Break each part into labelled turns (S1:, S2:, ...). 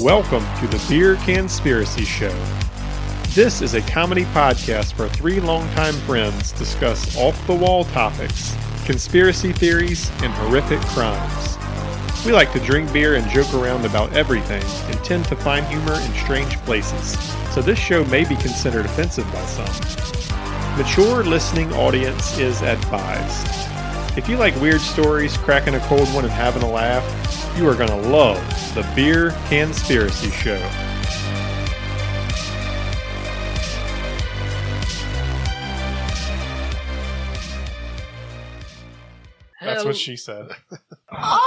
S1: Welcome to the Beer Conspiracy Show. This is a comedy podcast where three longtime friends discuss off the wall topics, conspiracy theories, and horrific crimes. We like to drink beer and joke around about everything and tend to find humor in strange places, so this show may be considered offensive by some. Mature listening audience is advised. If you like weird stories, cracking a cold one, and having a laugh, you are going to love the Beer Conspiracy Show. That's what she said.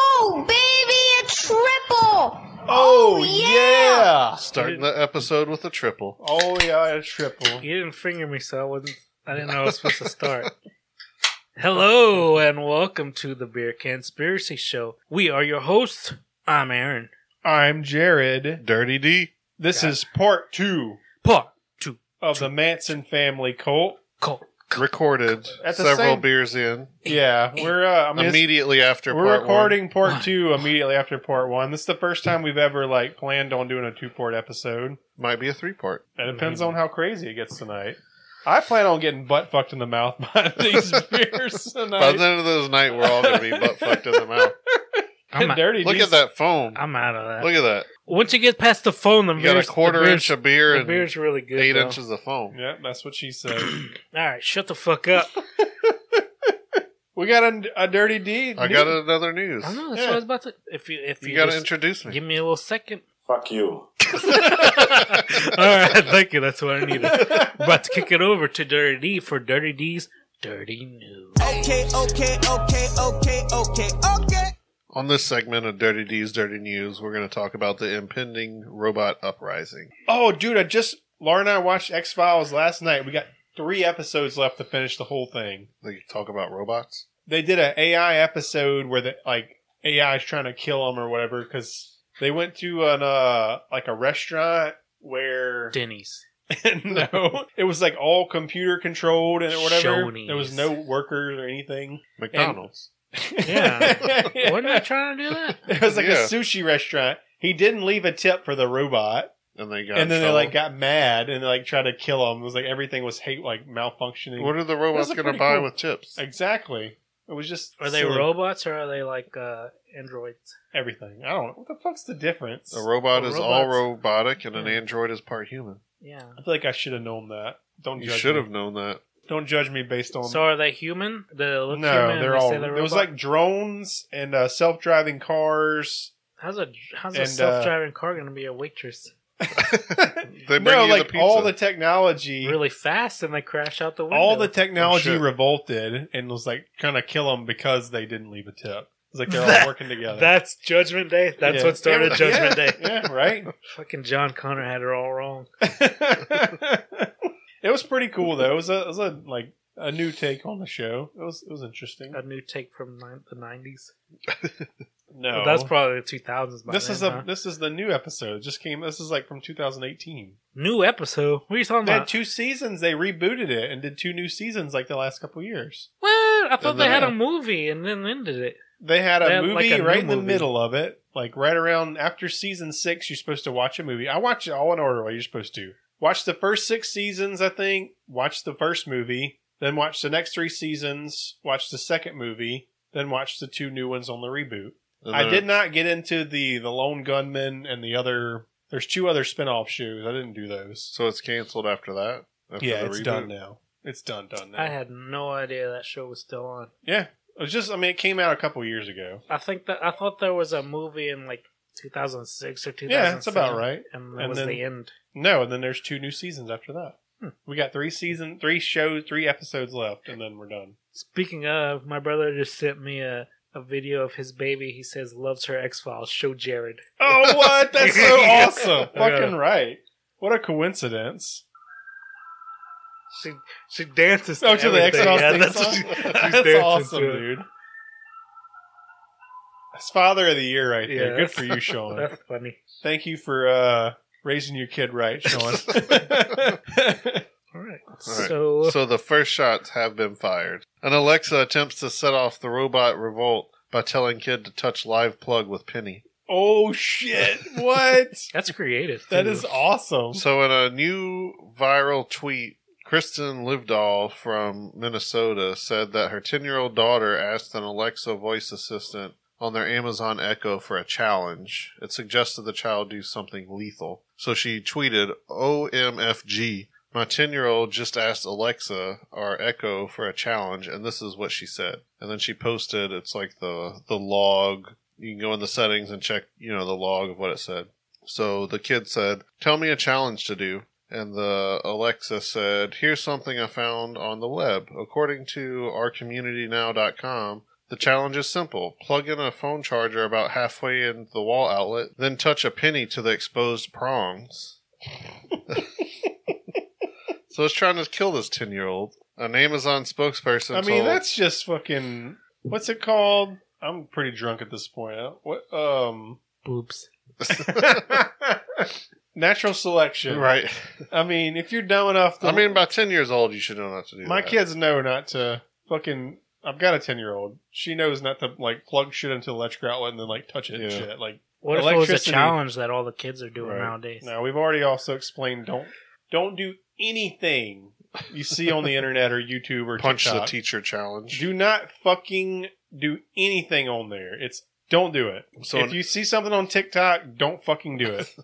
S2: Oh, baby, a triple!
S1: Oh,
S2: yeah!
S3: Starting the episode with a triple.
S1: Oh, yeah, a triple.
S4: You didn't finger me, so I wasn't. I didn't know I was supposed to start. Hello and welcome to the Beer Conspiracy Show. We are your hosts. I'm Aaron.
S1: I'm Jared.
S3: Dirty D.
S1: This
S4: Got it.
S1: is part two
S4: Part two.
S1: of the Manson family cult.
S4: Cult.
S3: Recorded
S1: At the
S3: several
S1: same-
S3: beers in.
S1: Yeah, we're, uh, I mean, it's-
S3: Immediately after
S1: we're
S3: part
S1: recording part
S4: One.
S1: two immediately after part one. This is the first time we've ever, like, planned on doing a two part episode.
S3: one. Might be a three part.
S1: It depends
S4: Mm-hmm.
S1: on how crazy it gets tonight. I plan on getting butt fucked in the mouth by these beers
S3: By the
S1: tonight.
S3: end of this night, we're all going to be butt fucked in the mouth.
S4: I'm out,
S1: Dirty
S3: Look
S1: D's-
S3: at that foam.
S4: I'm out of that.
S3: Look at that.
S4: Once you get past the phone, the
S3: You got a
S4: beer's,
S3: quarter
S4: the beer's,
S3: inch of beer
S4: the
S3: and
S4: beer's really good.
S3: eight
S4: though.
S3: inches of foam.
S1: Yeah, that's what she said.
S4: All right, shut the fuck up.
S1: we got a, a dirty D.
S3: I got another news.
S4: I know that's
S1: Yeah.
S4: what I was about to. If you if you,
S3: You got to
S4: just
S3: introduce me.
S4: give me a little second.
S5: Fuck you.
S4: All right, thank you. That's what I needed. about to kick it over to Dirty D for Dirty D's Dirty News.
S6: Okay, okay, okay, okay, okay, okay.
S3: On this segment of Dirty D's Dirty News, we're going to talk about the impending robot uprising.
S1: Oh, dude, I just Laura and I watched X Files last night. We got three episodes left to finish the whole thing.
S3: They talk about robots.
S1: They did an AI episode where the like AI is trying to kill them or whatever because they went to an uh like a restaurant where
S4: Denny's.
S1: no, it was like all computer controlled and whatever.
S4: Shoney's.
S1: There was no workers or anything.
S3: McDonald's.
S4: Yeah. Wasn't I trying to do that?
S1: It was like
S3: Yeah.
S1: a sushi restaurant. He didn't leave a tip for the robot,
S3: And, they got in
S1: and then they
S3: trouble.
S1: like got mad and like tried to kill him. It was like everything was hate like malfunctioning.
S3: What are the robots
S1: Those are
S3: going to
S1: pretty
S3: buy
S1: cool.
S3: with chips?
S1: exactly? It was just
S4: Are they
S1: silly.
S4: robots or are they like uh, androids?
S1: everything? I don't know what the fuck's the difference.
S3: A robot
S1: A
S3: is all
S1: robot's-
S3: robotic, and an
S4: Yeah.
S3: android is part human.
S4: Yeah.
S1: I feel like I should have known that. Don't
S3: You
S1: judge
S3: should have
S1: me.
S3: known that.
S1: Don't judge me based on
S4: So are they human? Do They look
S1: Um, no.
S4: human. and
S1: They're
S4: they
S1: all.
S4: say they're
S1: There was
S4: robot?
S1: like drones and uh, self-driving cars.
S4: how's a how's
S1: and,
S4: a
S1: uh,
S4: self-driving car gonna be a waitress?
S3: They bring
S1: no,
S3: you
S1: like
S3: the pizza.
S1: all the technology.
S4: Really fast and they crash out the window.
S1: all the technology
S3: Oh, shit.
S1: revolted and was like trying to kill them because they didn't leave a tip. It's like they're all working together.
S4: That's Judgment Day. That's
S1: Yeah.
S4: what started
S1: Yeah.
S4: Judgment Day.
S1: yeah, right.
S4: Fucking John Connor had it all wrong.
S1: it was pretty cool though. It was a, it was a like a new take on the show. It was it was interesting.
S4: A new take from nine the nineties.
S1: No,
S4: That's probably the two thousands.
S1: this
S4: then,
S1: is a
S4: huh?
S1: this is the new episode. It just came. This is like from 2018.
S4: new episode. What are you talking
S1: They had
S4: about?
S1: two seasons. They rebooted it and did two new seasons like the last couple years.
S4: What? I thought
S3: And
S4: they
S3: then-
S4: had a movie and then ended it.
S1: They had a
S4: They had,
S1: movie
S4: like, a
S1: right
S4: new
S1: in the
S4: movie.
S1: middle of it, like right around after season six. You're supposed to watch a movie. I watch it all in order. What you're supposed to watch the first six seasons, I think. Watch the first movie, then watch the next three seasons. Watch the second movie, then watch the two new ones on the reboot.
S3: And
S1: I
S3: then-
S1: did not get into the the Lone Gunman and the other. There's two other spin-off shows. I didn't do those.
S3: So it's canceled after that. After
S1: yeah,
S3: the
S1: it's
S3: reboot?
S1: done now. It's done, done now.
S4: I had no idea that show was still on.
S1: yeah, it was just. I mean, it came out a couple years ago.
S4: I think that I thought there was a movie in like 2006 or 2007.
S1: Yeah, that's about right.
S4: And that
S1: And
S4: was
S1: then-
S4: the end.
S1: No, and then there's two new seasons after that.
S4: Hmm.
S1: We got three season, three shows, three episodes left, and then we're done.
S4: Speaking of, my brother just sent me a, a video of his baby. He says loves her X Files. Show Jared.
S1: Oh, what? That's so awesome!
S4: Yeah.
S1: Fucking right. What a coincidence.
S4: She she dances. To
S1: Oh, to the X
S4: everything.
S1: Files
S4: Yeah,
S1: theme
S4: that's
S1: song?
S4: what she- she's
S1: That's
S4: dancing
S1: awesome,
S4: to it.
S1: dude. That's Father of the Year right there.
S4: Yeah,
S1: Good for you,
S4: that's-
S1: Sean.
S4: That's funny.
S1: Thank you for uh, raising your kid right, Sean.
S4: All right.
S3: right.
S4: So
S3: So the first shots have been fired. And Alexa attempts to set off the robot revolt by telling kid to touch live plug with Penny.
S1: Oh shit! What?
S4: That's creative.
S1: that
S4: too.
S1: is awesome.
S3: So, in a new viral tweet, Kristen Livdahl from Minnesota said that her 10 year old daughter asked an Alexa voice assistant on their Amazon Echo for a challenge. It suggested the child do something lethal. So she tweeted, OMFG. My 10 year old just asked Alexa or Echo for a challenge, and this is what she said. And then she posted, it's like the, the log. You can go in the settings and check, you know, the log of what it said. So the kid said, Tell me a challenge to do. And the Alexa said, Here's something I found on the web. According to ourcommunitynow.com, the challenge is simple plug in a phone charger about halfway in the wall outlet, then touch a penny to the exposed prongs. so it's trying to kill this 10 year old. An Amazon spokesperson
S1: I mean,
S3: told-
S1: that's just fucking. What's it called? I'm pretty drunk at this point. Uh, What? Um.
S4: boobs.
S1: Natural selection.
S3: Right.
S1: I mean, if you're dumb enough, to,
S3: I mean, by 10 years old, you should know not to do
S1: my
S3: that.
S1: kids know not to fucking. I've got a ten year old. She knows not to like plug shit into the electric outlet and then like touch it and
S3: Yeah.
S1: shit. Like,
S4: What if it was a
S1: Electricity.
S4: challenge that all the kids are doing
S1: Right.
S4: nowadays?
S1: now we've already also explained don't don't do anything you see on the internet or YouTube or
S3: Punch the
S1: TikTok.
S3: teacher challenge.
S1: Do not fucking do anything on there. It's don't do it.
S3: So
S1: if you see something on TikTok, don't fucking do it.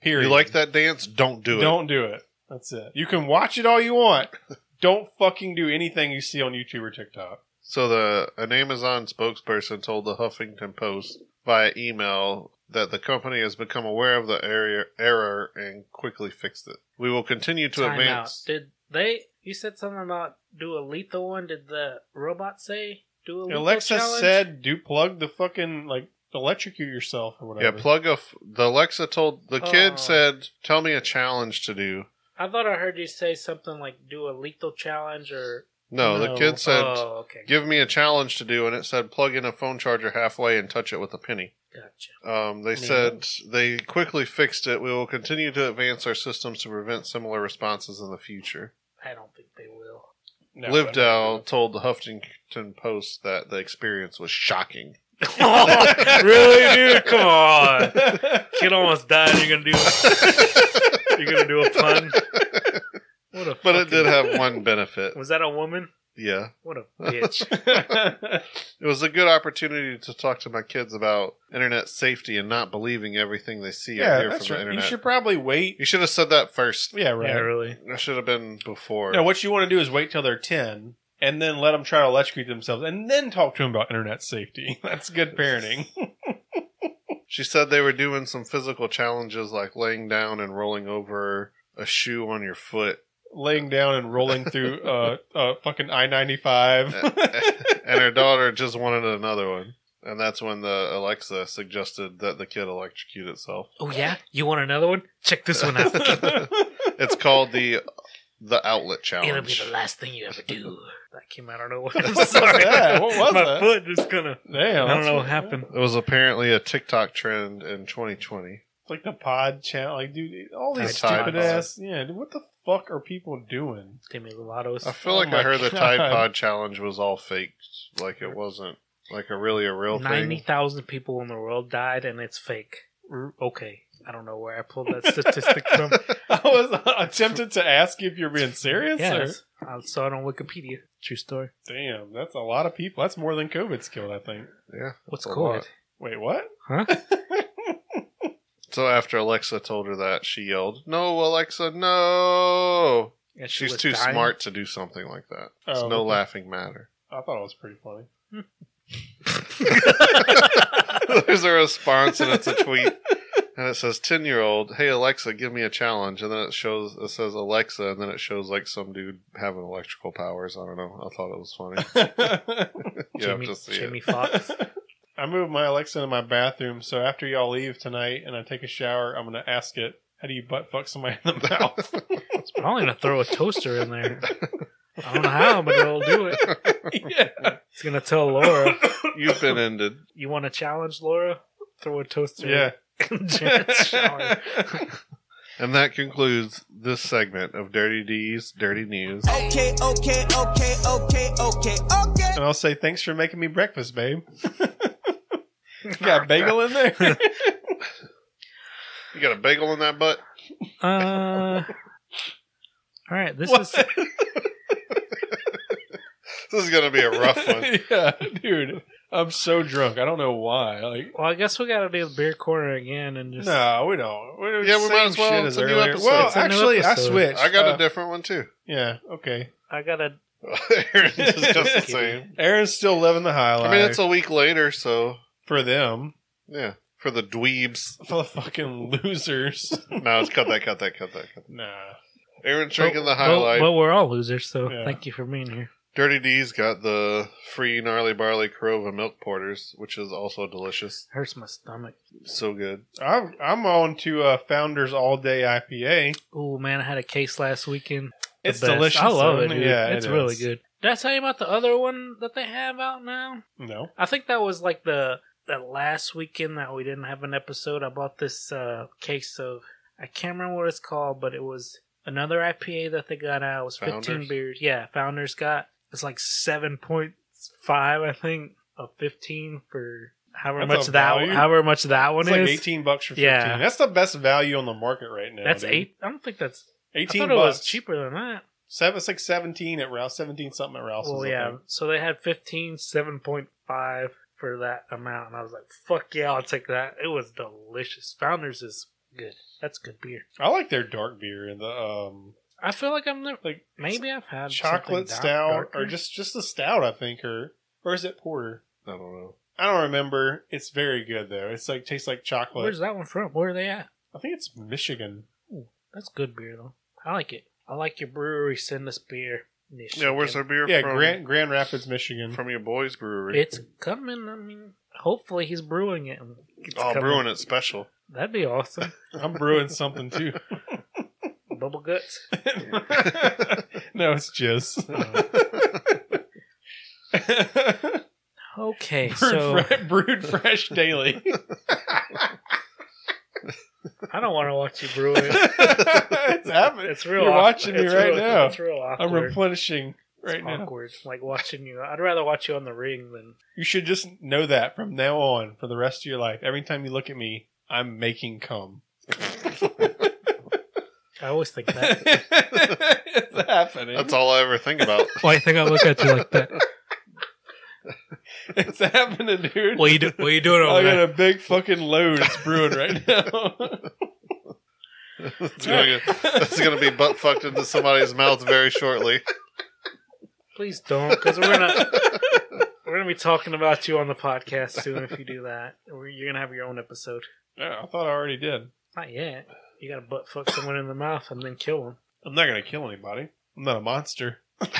S1: Period.
S3: You like that dance? Don't do it.
S1: Don't do it. That's it. You can watch it all you want. don't fucking do anything you see on YouTube or TikTok.
S3: So the an Amazon spokesperson told the Huffington Post via email that the company has become aware of the area, error and quickly fixed it. We will continue to
S4: Time out.
S3: advance.
S4: Did they? You said something about do a lethal one. Did the robot say do a lethal
S1: Alexa
S4: challenge?
S1: said, "Do plug the fucking like electrocute yourself or
S3: Yeah,
S1: whatever."
S3: plug a. F- the Alexa told the kid
S4: Oh.
S3: said, "Tell me a challenge to do."
S4: I thought I heard you say something like do a lethal challenge or.
S3: No,
S1: No.
S3: the kid said,
S4: oh, okay,
S3: "Give me a challenge to do," and it said, "Plug in a phone charger halfway and touch it with a penny."
S4: gotcha.
S3: Um, they said they quickly fixed it. We will continue to advance our systems to prevent similar responses in the future.
S4: I don't think they will.
S1: No,
S3: Livdell told the Huffington Post that the experience was shocking.
S4: really, dude? Come on. Kid almost died. You're gonna do. You're gonna do a pun. What a.
S3: But it did
S4: fucking-
S3: have one benefit.
S4: Was that a woman?
S3: Yeah.
S4: What a bitch.
S3: It was a good opportunity to talk to my kids about internet safety and not believing everything they see or
S1: yeah,
S3: hear
S1: that's
S3: from the
S1: right. You
S3: internet.
S1: should probably wait.
S3: You should have said that first.
S1: Yeah, right.
S4: Yeah, really.
S3: That should have been before.
S1: No, what you want to do is wait till they're ten, and then let them try to electrocute themselves, and then talk to them about internet safety. That's good parenting.
S3: She said they were doing some physical challenges like laying down and rolling over a shoe on your foot.
S1: Laying down and rolling through uh, uh fucking I ninety five.
S3: and her daughter just wanted another one. And that's when the Alexa suggested that the kid electrocute itself.
S4: Oh yeah. You want another one? Check this one out.
S3: It's called the the outlet
S4: It'll be
S3: challenge.
S4: the last thing you ever do. That came out of nowhere. I'm sorry.
S1: that? What was
S4: My
S1: that?
S4: foot just gonna.
S1: Damn,
S4: I don't
S1: that's
S4: know what happened.
S3: It was apparently a TikTok trend in 2020.
S1: It's like the pod channel. Like, dude, all these
S3: Tide
S1: stupid
S3: Pods.
S1: ass. Yeah, dude, what the fuck are people doing?
S4: Demi Lovato's.
S3: I feel
S1: Oh
S3: like
S1: my
S3: I heard the
S1: God.
S3: Tide Pod challenge was all faked, like it wasn't like a really a real
S4: Ninety
S3: thing.
S4: thousand people in the world died, and it's fake. R- Okay, I don't know where I pulled that statistic from.
S1: I was uh, attempted to ask you if you're being serious.
S4: yes, I saw it on Wikipedia. True story.
S1: Or? Damn, that's a lot of people. That's more than COVID's killed, I think.
S3: Yeah.
S4: What's
S3: that's a
S4: COVID?
S3: lot.
S1: Wait, what?
S4: Huh?
S3: So after Alexa told her that, she yelled, "No, Alexa, no!"
S4: And she
S3: She's
S4: was
S3: too
S4: dying?
S3: smart to do something like that. It's
S1: Oh,
S3: no
S1: okay.
S3: laughing matter.
S1: I thought it was pretty funny.
S3: There's a response and it's a tweet. And it says ten year old, hey Alexa, give me a challenge. And then it shows it says Alexa and then it shows like some dude having electrical powers. I don't know. I thought it was funny. You have
S4: Jimmy,
S3: to see
S4: Jimmy
S3: it.
S4: Fox.
S1: I moved my Alexa into my bathroom, so after y'all leave tonight and I take a shower, I'm gonna ask it, "How do you butt fuck somebody in the mouth?"
S4: I'm only gonna throw a toaster in there. I don't know how, but it'll do it.
S1: yeah.
S4: It's gonna tell Laura.
S3: You've been ended.
S4: You want to challenge Laura? Throw a toaster.
S1: yeah.
S4: in Janet's shower.
S3: And that concludes this segment of Dirty D's Dirty News.
S6: Okay, okay, okay, okay, okay, okay.
S1: And I'll say, "Thanks for making me breakfast, babe." got bagel in there?
S3: You got a bagel in that butt?
S4: Uh, all right, this
S1: What?
S4: is
S3: This is gonna be a rough one.
S1: yeah, dude. I'm so drunk. I don't know why. Like,
S4: well. I guess we got to do the beer corner again and just
S1: no, we don't. We're
S3: Yeah, we
S1: same
S3: might as well.
S1: shit
S3: It's a new
S1: earlier.
S3: episode.
S1: Well,
S4: It's a new
S1: actually, I
S4: episode.
S1: switched.
S3: I got
S1: Uh,
S3: a different one too.
S1: Yeah. Okay.
S4: I gotta.
S3: Aaron's is just the same.
S1: Aaron's still living the high life.
S3: I mean, it's a week later, so
S1: for them.
S3: yeah, for the dweebs.
S1: For the fucking losers.
S3: No, it's cut that, cut that, cut that. Cut that.
S1: nah.
S3: Aaron's drinking the
S4: Well-
S3: highlight.
S4: Well, we're all losers, so
S1: Yeah.
S4: thank you for being here.
S3: Dirty D's got the free gnarly barley Corova milk porters, which is also delicious.
S4: Hurts my stomach.
S3: So good.
S1: I'm I'm on to uh, Founders All Day IPA.
S4: Oh man, I had a case last weekend. The
S1: It's
S4: best.
S1: delicious.
S4: I love it.
S1: isn't
S4: Dude.
S1: Yeah,
S4: it's
S1: it
S4: really
S1: is.
S4: good. Did I tell you about the other one that they have out now?
S1: No,
S4: I think that was like the that last weekend that we didn't have an episode. I bought this uh, case of I can't remember what it's called, but it was another IPA that they got out. It was
S3: Founders?
S4: fifteen beers. Yeah, Founders got it's like seven point five, I think, of fifteen for however
S1: That's a
S4: much that
S1: value.
S4: however much that one
S1: it's like
S4: is.
S1: eighteen bucks for fifteen.
S4: Yeah.
S1: That's the best value on the market right now.
S4: That's
S1: dude.
S4: eight. I don't think that's.
S1: Eighteen
S4: I thought
S1: bucks.
S4: it was cheaper than that.
S1: Seven, it's like seventeen at Rouse. Seventeen something at Rouse.
S4: Well, yeah. So they had 15, 7.5 for that amount. And I was like, fuck yeah, I'll take that. It was delicious. Founders is good. That's good beer.
S1: I like their dark beer and the um
S4: I feel like I'm never,
S1: like
S4: maybe I've had
S1: chocolate
S4: something
S1: stout
S4: darker.
S1: or just just the stout. I think or or is it porter?
S3: I don't know.
S1: I don't remember. It's very good though. It's like tastes like chocolate.
S4: Where's that one from? Where are they at?
S1: I think it's Michigan.
S4: That's good beer, though. I like it. I like your brewery. Send us beer.
S3: Yeah, where's our beer
S1: Yeah,
S3: from?
S1: Grand Grand Rapids, Michigan.
S3: From your boys' brewery.
S4: It's coming. I mean, hopefully he's brewing it. and it's
S3: oh,
S4: coming.
S3: brewing it special.
S4: That'd be awesome.
S1: I'm brewing something too.
S4: Bubble guts.
S1: no, it's jizz.
S4: Okay,
S1: brewed,
S4: so
S1: fre- brewed fresh daily.
S4: I don't want to watch you brew it.
S1: it's happening.
S4: It's real.
S1: You're
S4: awk-
S1: watching me
S4: it's
S1: right
S4: real-
S1: now.
S4: It's real awkward.
S1: I'm replenishing right
S4: it's
S1: now.
S4: awkward. Like watching you. I'd rather watch you on the ring than.
S1: You should just know that from now on for the rest of your life. Every time you look at me, I'm making cum.
S4: I always think that.
S1: it's happening.
S3: That's all I ever think about.
S4: Why do you think I look at you like that?
S1: It's happening, dude.
S4: What you do? What you doing
S1: I
S4: over
S1: got
S4: there?
S1: a big fucking load. It's brewing right now.
S3: It's gonna, get- that's gonna be butt fucked into somebody's mouth very shortly.
S4: Please don't, because we're gonna we're gonna be talking about you on the podcast soon. If you do that, We're- you're gonna have your own episode.
S1: Yeah, I thought I already did.
S4: Not yet. You gotta butt fuck someone in the mouth and then kill them.
S1: I'm not gonna kill anybody. I'm not a monster.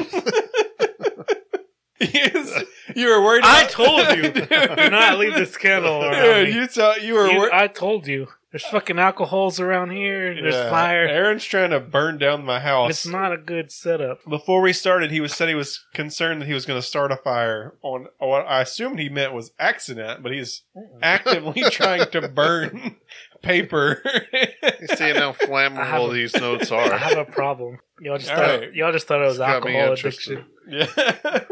S1: Yes, you were worried.
S4: I
S1: about-
S4: told you,
S1: Dude.
S4: do not leave this kennel around
S1: Dude,
S4: me.
S1: you thought you were.
S4: You-
S1: wor-
S4: I told you. There's fucking alcohols around here. and There's
S1: Yeah.
S4: fire.
S1: Aaron's trying to burn down my house.
S4: It's not a good setup.
S1: Before we started, he was said he was concerned that he was going to start a fire on what I assumed he meant was accident, but he's
S4: Mm-hmm.
S1: actively trying to burn paper.
S3: You seeing how
S4: I have a-
S3: flammable these notes are.
S4: I have a problem. Y'all just
S1: All
S4: thought
S1: right.
S4: y'all just thought it was
S3: It's got me
S4: alcohol
S3: interested.
S4: addiction.
S1: yeah,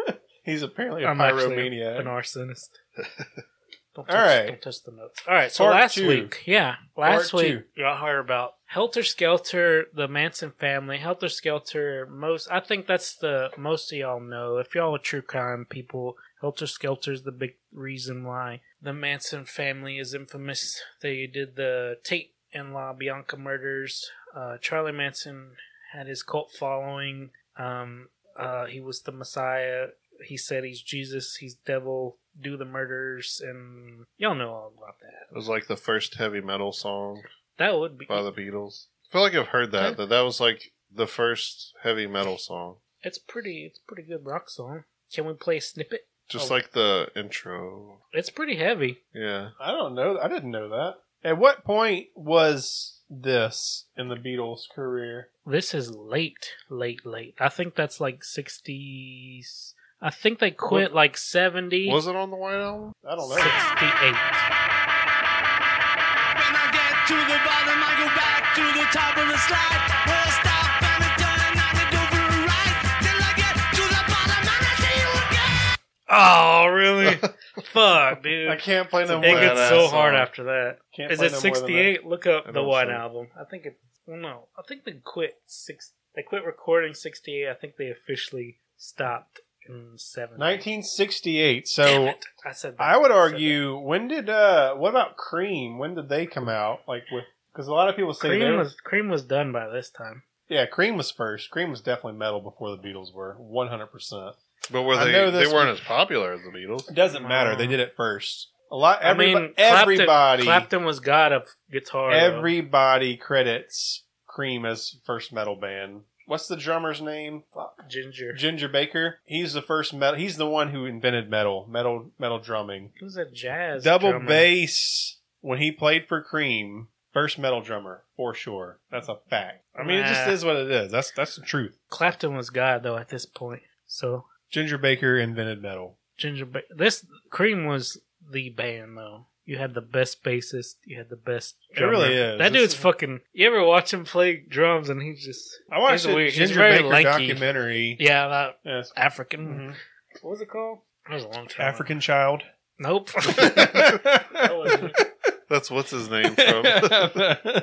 S1: he's apparently a
S4: I'm actually
S1: pyromaniac.
S4: An arsonist. Don't touch,
S1: All right.
S4: Don't touch the notes. All right. So
S1: Part
S4: last
S1: two.
S4: week, yeah, last
S1: Part
S4: week y'all heard about Helter Skelter, the Manson family. Helter Skelter. Most I think that's the most of y'all know. If y'all are true crime people, Helter Skelter is the big reason why the Manson family is infamous. They did the Tate and LaBianca murders. Uh, Charlie Manson had his cult following. Um, uh, he was the Messiah. He said he's Jesus, he's devil, do the murders, and y'all know all about
S3: It
S4: that.
S3: was like the first heavy metal song
S4: That would be.
S3: by the Beatles. I feel like I've heard that. That that was like the first heavy metal song.
S4: It's pretty. It's a pretty good rock song. Can we play a snippet?
S3: Just
S4: Oh.
S3: like the intro.
S4: It's pretty heavy.
S3: Yeah.
S1: I don't know. I didn't know that. At what point was this in the Beatles' career?
S4: This is late, late, late. I think that's like 60s. I think they quit like 70.
S3: Was it on the White Album?
S1: I don't know.
S4: 68.
S6: When I get to the bottom, I go back to the top of the slide. Well, stop and I turn and I go for a ride. Till I get to the bottom and I see you again.
S4: Oh, really? Fuck, dude.
S1: I can't play no
S4: it
S1: more.
S3: get
S4: gets
S1: than
S3: Badass
S4: so
S3: song.
S4: hard after that.
S1: Can't
S4: Is
S1: play
S4: it
S1: no more than that.
S4: 68? Look up
S1: I
S4: the
S1: don't
S4: White
S1: think-
S4: album. I think it. Well, no, I think they quit six. They quit recording 68. I think they officially stopped in 70.
S1: 1968.
S4: Damn
S1: So
S4: it, I said. That.
S1: I would
S4: said
S1: argue. When did uh? What about Cream? When did they come out? Like with because a lot of people
S4: that.
S1: say they
S4: Cream
S1: were-
S4: was Cream was done by this time.
S1: yeah, Cream was first. Cream was definitely metal before the Beatles were 100. percent
S3: But were
S1: I
S3: they?
S1: know
S3: They
S1: this
S3: weren't as popular as the Beatles.
S1: It doesn't matter. They did it first. A lot. Everybody.
S4: I mean, Clapton,
S1: everybody.
S4: Clapton was god of guitar. though.
S1: everybody credits Cream as first metal band. What's the drummer's name? Fuck.
S4: ginger.
S1: Ginger Baker. He's the first metal. He's the one who invented metal, metal, metal drumming.
S4: Who's that jazz?
S1: Double
S4: drummer?
S1: bass when he played for Cream. First metal drummer for sure. That's a fact. I mean, it just
S4: Nah.
S1: is what it is. That's that's the truth.
S4: Clapton was god though at this point. So
S1: Ginger Baker invented metal.
S4: Ginger ba- this Cream was the band though. You had the best bassist. You had the best.
S1: It
S4: Drummer.
S1: really is.
S4: That
S1: This
S4: dude's
S1: is-
S4: fucking. You ever watch him play drums and he's just
S1: I watched
S4: He's
S1: a
S4: weird. He's
S1: Ginger
S4: very
S1: Baker
S4: lanky.
S1: documentary.
S4: yeah about
S1: Yes.
S4: African.
S1: Mhm.
S4: What was it called? That was a long time. ago.
S1: African child.
S4: Nope. That wasn't
S1: Get
S4: it.
S3: That's what's his name from. oh,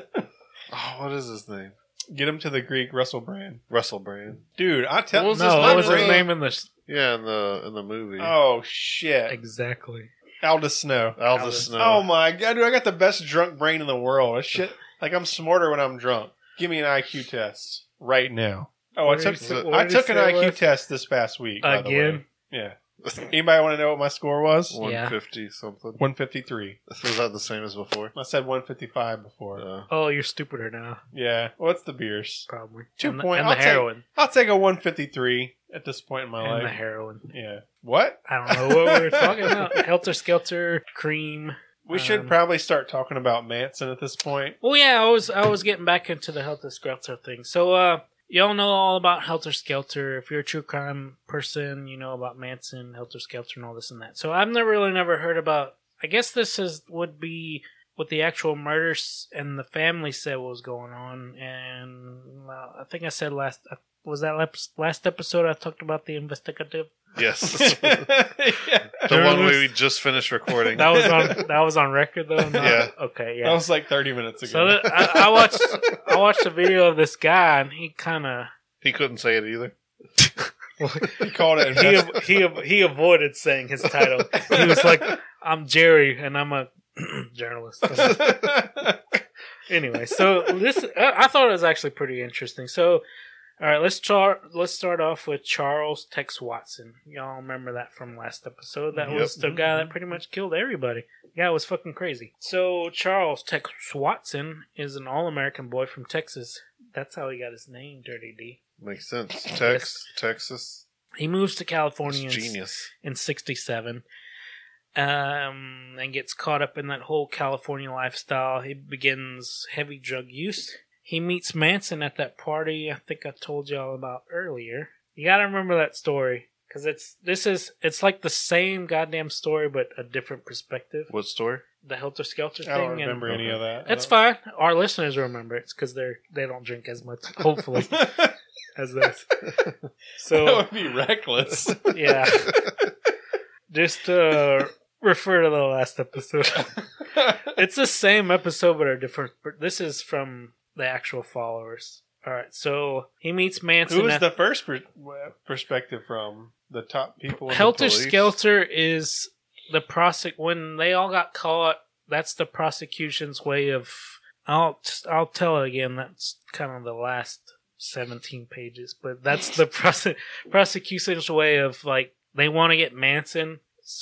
S3: what is his name?
S1: him to the Greek Russell Brand.
S3: Russell Brand.
S1: Dude, I tell
S4: no,
S1: was
S4: what was his
S1: name?
S4: name in the s-
S3: Yeah, in the in the movie.
S1: Oh shit.
S4: exactly?
S1: Aldous Snow.
S3: Aldous,
S4: Aldous.
S3: Snow.
S1: Oh my god, dude, I got the best drunk brain in the world. That shit like I'm smarter when I'm drunk. Give me an IQ test right now. Oh, I
S4: What
S1: took
S4: did he say-
S1: I
S4: what did he
S1: took an
S4: say it
S1: IQ
S4: was?
S1: test this past week. by the way.
S4: Again,
S1: Yeah.
S4: Oh,
S1: Anybody want to know what my score was?
S3: One fifty something.
S1: 153.
S3: Was that the same as before?
S1: I said 155 before.
S3: Uh,
S4: oh, you're stupider now,
S1: yeah. What's the beers?
S4: probably.
S1: Two
S4: and the,
S1: point-
S4: and
S1: I'll
S4: the
S1: take-
S4: heroin,
S1: I'll take a 153 at this point in my
S4: and the
S1: life.
S4: heroin.
S1: Yeah. What?
S4: I don't know what we were talking about. Helter Skelter, Cream.
S1: We should
S4: Um,
S1: probably start talking about Manson at this point.
S4: Well, yeah, I was I was getting back into the Helter Skelter thing. So, uh, y'all know all about Helter Skelter. If you're a true crime person, you know about Manson, Helter Skelter, and all this and that. So, I've never really never heard about. I guess this is would be what the actual murders and the family said was going on. And uh, I think I said last was that last- last episode I talked about the investigative.
S3: yes,
S1: Yeah.
S3: the
S4: There
S3: one
S4: was-
S3: we just finished recording.
S4: That was on that was on record though. not-
S3: Yeah.
S4: Okay. Yeah.
S1: That was like 30 minutes ago.
S4: So that, I, I watched I watched a video of this guy, and he kind of
S3: he couldn't say it either.
S1: he called it
S4: he
S1: invest-
S4: av- he av- he avoided saying his title. He was like, "I'm Jerry, and I'm a journalist." anyway, so this I, I thought it was actually pretty interesting. So, all right, let's start let's start off with Charles Tex Watson. Y'all remember that from last episode? That was
S3: Yep.
S4: the guy that pretty much killed everybody. Yeah, it was fucking crazy. So Charles Tex Watson is an all-American boy from Texas. That's how he got his name, Dirty D.
S3: Makes sense. Tex, Texas.
S4: He moves to California
S3: It's
S4: in-
S3: genius.
S4: in 67 um, and gets caught up in that whole California lifestyle. He begins heavy drug use. He meets Manson at that party I think I told y'all about earlier. You gotta remember that story because it's this is it's like the same goddamn story but a different perspective.
S3: What story?
S4: The Helter Skelter thing.
S1: I don't
S4: and-
S1: remember any of that.
S4: That's fine. Our listeners remember it because they're they don't drink as much, hopefully, as this.
S1: that
S4: So
S1: would be reckless.
S4: yeah. Just uh, refer to the last episode. it's the same episode, but a different. but This is from the actual followers. All right, so he meets Manson.
S1: Who was
S4: at-
S1: the first per- perspective from the top people? in the
S4: Helter
S1: police?
S4: Skelter is the prosec. When they all got caught, that's the prosecution's way of. I'll I'll tell it again. That's kind of the last seventeen pages, but that's the prose- prosecution's way of like they want to get Manson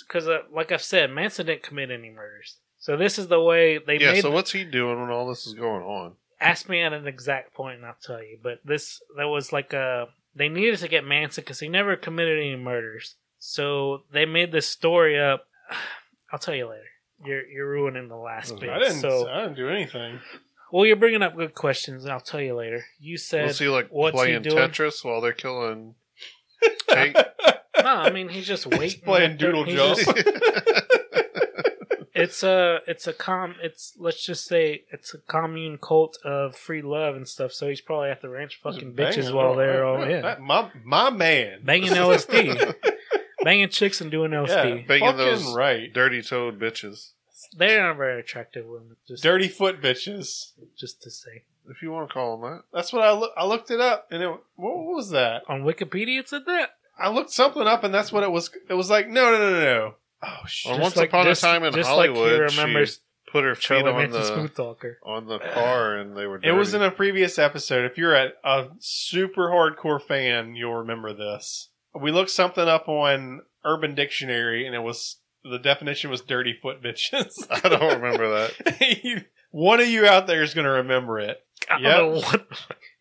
S4: because, uh, like I've said, Manson didn't commit any murders. So this is the way they
S3: yeah.
S4: made.
S3: So what's he doing when all this is going on?
S4: ask me at an exact point and I'll tell you. But this, there was like a. They needed to get Manson because he never committed any murders. So they made this story up. I'll tell you later. You're you're ruining the last bit.
S1: I didn't.
S4: So
S1: I didn't do anything.
S4: well, you're bringing up good questions, and I'll tell you later. You said
S3: Was he like
S4: what's he
S3: playing
S4: doing?
S3: Tetris while they're killing? Kate?
S4: no. I mean, he's just waiting,
S1: playing doodle
S4: He's
S1: jump.
S4: just- it's a it's a com. It's let's just say it's a commune cult of free love and stuff. So he's probably at the ranch fucking bitches
S1: Banging.
S4: while they're all in.
S1: That- My my man.
S4: banging LSD. banging chicks and doing LSD.
S1: Yeah.
S3: Banging
S1: Fucking
S3: those
S1: right.
S3: dirty toed bitches.
S4: They're not very attractive women. Just,
S1: Dirty foot bitches.
S4: just to say.
S3: If you want to call them that.
S1: That's what I look. I looked it up, and it what was that?
S4: On Wikipedia, it said that.
S1: I looked something up, and that's what it was. It was like no, no, no, no. Oh shit!
S3: On
S4: Just
S3: Once
S4: like-
S3: Upon
S4: just-
S3: a Time in
S4: just like he
S3: Hollywood,
S4: remembers
S3: she put her feet
S4: Charlie
S3: on
S4: Manson
S3: the,
S4: Smoothtalker.
S3: on the car and they were
S1: It
S3: dirty.
S1: was in a previous episode. If you're a, a super hardcore fan, you'll remember this. We looked something up on Urban Dictionary, and it was the definition was "dirty foot bitches."
S3: I don't remember that.
S1: You- One of you out there is going to remember it.
S4: I
S1: Yep.
S4: don't know what.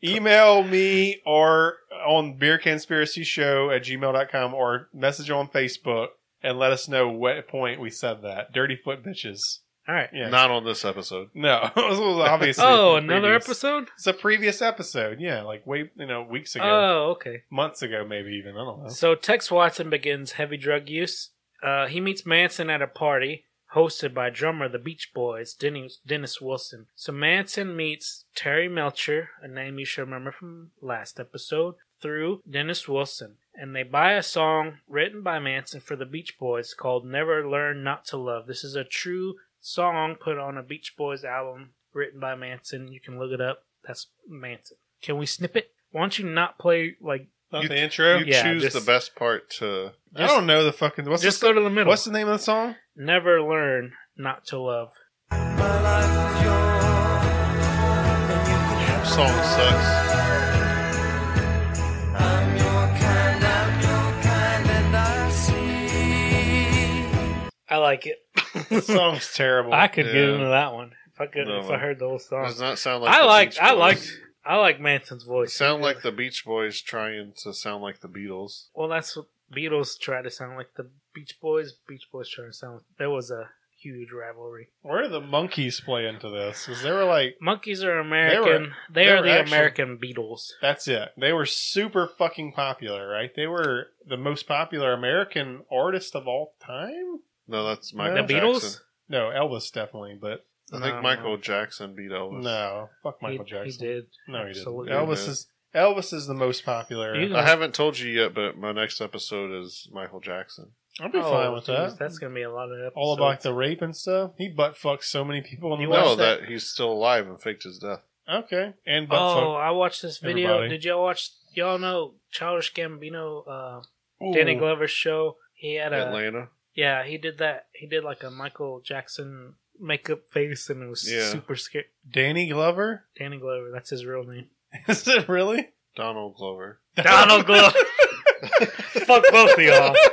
S1: Email me or on beerconspiracyshow at gmail.com or message on Facebook and let us know what point we said that. Dirty foot bitches.
S4: All right.
S1: Yeah.
S3: Not on this episode.
S1: no, it was obviously.
S4: Oh,
S1: from the
S4: another
S1: previous-
S4: episode.
S1: It's a previous episode. Yeah, like way, you know, weeks ago.
S4: Oh, okay.
S1: months ago, maybe even. I don't know.
S4: So Tex Watson begins heavy drug use. Uh, he meets Manson at a party hosted by drummer of the Beach Boys, Dennis, Dennis Wilson. So Manson meets Terry Melcher, a name you should remember from last episode, through Dennis Wilson. And they buy a song written by Manson for the Beach Boys called Never Learn Not to Love. This is a true song put on a Beach Boys album written by Manson. You can look it up. That's Manson. Can we snip it? Why don't you not play like
S1: Not
S3: You-
S1: the intro.
S3: You
S4: Yeah,
S3: choose
S4: just-
S3: the best part to.
S1: I don't know the fucking. What's,
S4: just
S1: the,
S4: go to the middle.
S1: what's the name of the song?
S4: Never learn not to love.
S3: Song sucks.
S4: I like it.
S1: The song's terrible.
S4: I could get
S3: Yeah.
S4: into that one if I could.
S3: No,
S4: if I heard the whole song,
S3: Does not sound like.
S4: I
S3: the
S4: like.
S3: Beach
S4: I
S3: Boys.
S4: like. I like Manson's voice.
S3: Sound like the Beach Boys trying to sound like the Beatles.
S4: Well, that's what Beatles try to sound like the Beach Boys. Beach Boys try to sound. Like, there was a huge rivalry.
S1: Where do the monkeys play into this? Because they were like,
S4: Monkeys are
S1: were-
S4: American. They,
S1: they
S4: are
S1: were
S4: the
S1: actually-
S4: American Beatles.
S1: that's it. They were super fucking popular, right? They were the most popular American artist of all time.
S3: No, that's Michael
S4: the
S3: Jackson.
S4: Beatles.
S1: No, Elvis definitely, but
S3: I think
S4: No,
S3: Michael Jackson beat Elvis.
S1: no, fuck Michael
S4: he,
S1: Jackson.
S4: He did.
S1: No, he didn't.
S4: Absolutely.
S1: Elvis
S3: Yeah.
S1: is Elvis is the most popular.
S4: You-
S3: I haven't told you yet, but my next episode is Michael Jackson.
S1: I'll be
S4: Oh,
S1: fine with
S4: geez,
S1: that.
S4: That's gonna be a lot of episodes.
S1: All about the rape and stuff. He butt fucks so many people in the
S4: You
S1: world.
S3: No,
S4: watched
S3: that he's still alive and faked his death.
S1: Okay, and butt fuck
S4: Oh, I watched this video.
S1: everybody.
S4: Did y'all watch? Y'all know Childish Gambino, uh,
S1: Ooh.
S4: Danny Glover's show? He had
S1: uh,
S4: a
S3: Atlanta.
S4: yeah. He did that. He did like a Michael Jackson makeup face, and it was
S3: Yeah.
S4: super scary.
S1: Danny Glover?
S4: Danny Glover. That's his real name.
S1: Is it really?
S3: Donald Glover.
S4: Donald Glover. Fuck both of y'all.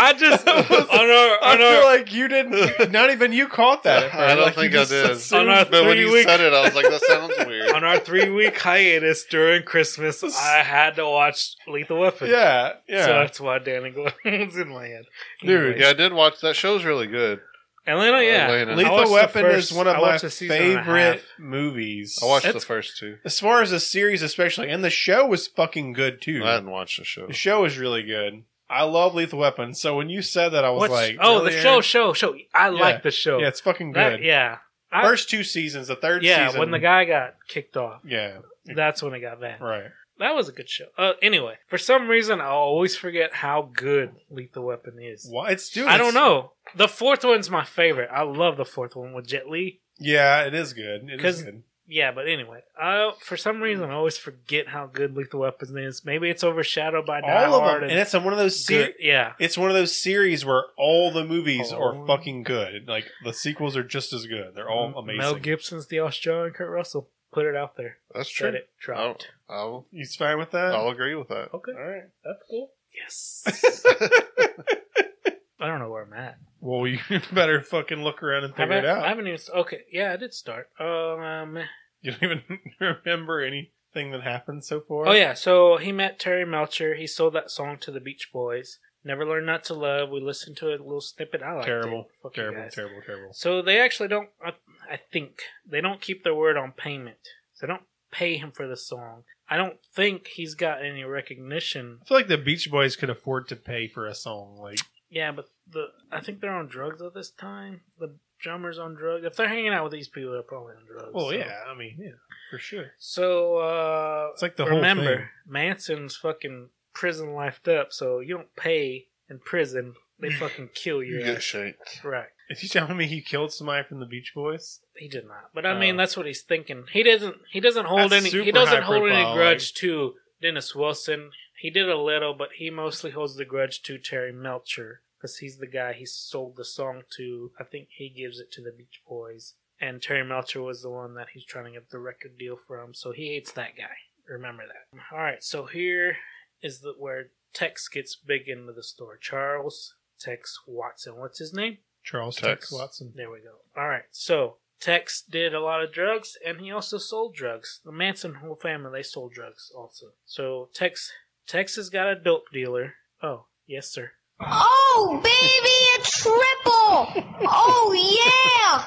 S4: I just on
S1: That was-
S4: our
S1: I
S4: on
S1: feel
S4: our
S1: like you didn't. Not even you caught that. at
S3: I
S1: first.
S3: don't
S1: Like, you
S3: think I
S1: just
S3: did.
S1: assumed-
S4: On our
S3: But when
S4: three
S3: you
S4: week-
S3: said it, I was like, that sounds weird.
S4: on our three week hiatus during Christmas, I had to watch Lethal Weapon.
S1: yeah,
S4: So
S1: yeah.
S4: that's why Danny Glover was in my head.
S1: Dude,
S3: Yeah, I did watch that. Show's really good.
S4: Atlanta, yeah.
S3: Atlanta.
S4: I watched
S1: Lethal
S4: the
S1: Weapon
S4: first-
S1: is one of
S4: I
S1: my
S4: watched a season and a
S1: favorite
S4: half.
S1: movies.
S3: I watched
S4: That's-
S3: the first two.
S1: as far as the series, especially, and the show was fucking good too.
S3: I hadn't watched the show.
S1: The show is really good. I love Lethal Weapon. So when you said that, I was
S4: What's-
S1: like,
S4: oh, the
S1: really,
S4: show,
S1: Aaron?
S4: show, show. I like the show.
S1: Yeah, it's fucking
S4: That-
S1: good.
S4: yeah. I-
S1: First two seasons, the third
S4: yeah,
S1: season.
S4: when the guy got kicked off,
S1: Yeah,
S4: that's when it got bad.
S1: right.
S4: That was a good show. Uh, anyway, for some reason, I always forget how good Lethal Weapon is.
S1: Why it's doing?
S4: I don't know. The fourth one's my favorite. I love the fourth one with Jet Li.
S1: Yeah, it is good. It
S4: 'Cause-
S1: is good.
S4: Yeah, but anyway, I, for some reason, I always forget how good Lethal Weapon is. Maybe it's overshadowed by Die
S1: All of
S4: Hard
S1: them,
S4: and,
S1: and it's one of those
S4: good-
S1: series.
S4: yeah.
S1: It's one of those series where all the movies
S4: All of
S1: are
S4: 'em.
S1: fucking good. Like the sequels are just as good. They're all amazing.
S4: Mel Gibson's the Australian Kurt Russell. Put it out there.
S3: That's
S4: Said
S3: true.
S4: it dropped.
S3: I'll,
S1: He's fine with that.
S3: I'll agree with that.
S4: Okay,
S1: Oh. all right.
S4: that's cool. Yes. I don't know where I'm at.
S1: Well, you better fucking look around and
S4: Have
S1: figure
S4: I,
S1: it out.
S4: I haven't even. Okay, yeah, I did start. Um.
S1: You don't even remember anything that happened so far.
S4: Oh yeah, so he met Terry Melcher. He sold that song to the Beach Boys. Never learned not to love. We listened to a little snippet. I liked
S1: Terrible,
S4: it. Oh, Fuck you
S1: terrible,
S4: guys.
S1: terrible, terrible.
S4: So they actually don't. I, I think they don't keep their word on payment. So they don't pay him for the song. I don't think he's got any recognition.
S1: I feel like the Beach Boys could afford to pay for a song. Like
S4: Yeah, but the I think they're on drugs at this time. The drummer's on drugs. If they're hanging out with these people, they're probably on drugs.
S1: Well,
S4: so.
S1: yeah, I mean, yeah, for sure.
S4: So uh,
S1: It's like the
S4: remember
S1: whole thing.
S4: Manson's fucking prison lifed up, so you don't pay in prison. They fucking kill
S3: You
S4: your
S3: get
S4: ass.
S3: shaked.
S4: Right.
S1: Is he telling me he killed somebody from the Beach Boys?
S4: He did not. But I
S1: Oh.
S4: mean, that's what he's thinking. He doesn't. He doesn't hold
S1: That's
S4: any. He
S1: super high
S4: doesn't hold any
S1: profile,
S4: grudge to Dennis Wilson. He did a little, but he mostly holds the grudge to Terry Melcher because he's the guy he sold the song to. I think he gives it to the Beach Boys, and Terry Melcher was the one that he's trying to get the record deal from. So he hates that guy. Remember that. All right. So here is the where Tex gets big into the story. Charles Tex Watson. What's his name?
S1: Charles
S3: Tex.
S1: Tex Watson.
S4: There we go. All right. So Tex did a lot of drugs, and he also sold drugs. The Manson whole family they sold drugs also. So Tex Tex has got a dope dealer. Oh yes, sir.
S2: Oh, baby, a triple. Oh, yeah.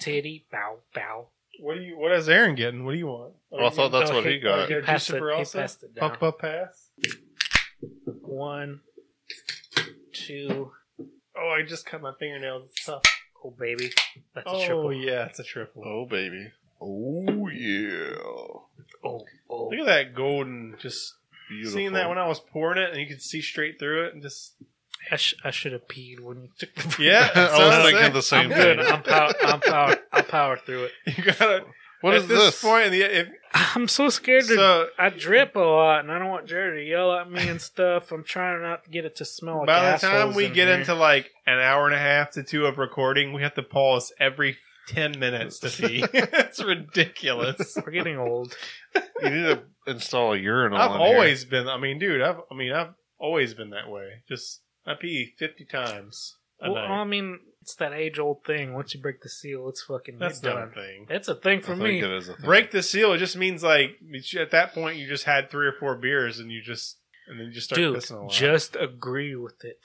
S4: Titty bow bow.
S1: What do you? What is Aaron getting? What do you want?
S3: Well, I thought that's
S4: Oh,
S3: what he got.
S1: okay.
S4: He
S1: Did
S4: passed
S1: you
S4: it, he
S1: superosa?
S4: passed it down.
S1: Pump up pass.
S4: One, two.
S1: Oh, I just cut my fingernails. It's tough.
S4: Oh baby, that's a
S1: Oh
S4: triple.
S1: yeah, it's a triple.
S3: Oh baby. Oh yeah.
S4: Oh oh.
S1: Look at that golden. Just
S3: Beautiful.
S1: seeing that when I was pouring it, and you could see straight through it, and just
S4: I, sh- I should have peed when you took the.
S1: yeah.
S3: I
S1: so
S3: was
S1: I'm
S3: thinking
S1: saying-
S3: the same
S4: I'm good.
S3: thing.
S4: I'm power. I'm power. I'll power through it.
S1: You gotta.
S3: What
S1: at
S3: is
S1: this,
S3: this?
S1: point? in The, if,
S4: I'm so scared to
S1: so
S4: I drip a lot, and I don't want Jerry to yell at me and stuff. I'm trying not to get it to smell. like
S1: by the time
S4: assholes
S1: we
S4: in
S1: get
S4: here.
S1: into like an hour and a half to two of recording, we have to pause every ten minutes to pee. it's ridiculous.
S4: we're getting old.
S3: You need to install a urinal.
S1: I've
S3: in
S1: always been. I mean, dude. I've. I mean, I've always been that way. Just I pee fifty times a
S4: Well, I
S1: night.
S4: mean, it's that age old thing. Once you break the seal, it's fucking
S1: That's
S4: you're
S1: not a
S4: done.
S1: thing.
S4: That's a thing
S3: here.
S4: for
S3: I
S4: me.
S3: think it is a thing.
S1: Break the seal. It just means like it's- at that point you just had three or four beers and you just and then you just start
S4: Dude,
S1: pissing a lot.
S4: just agree with it.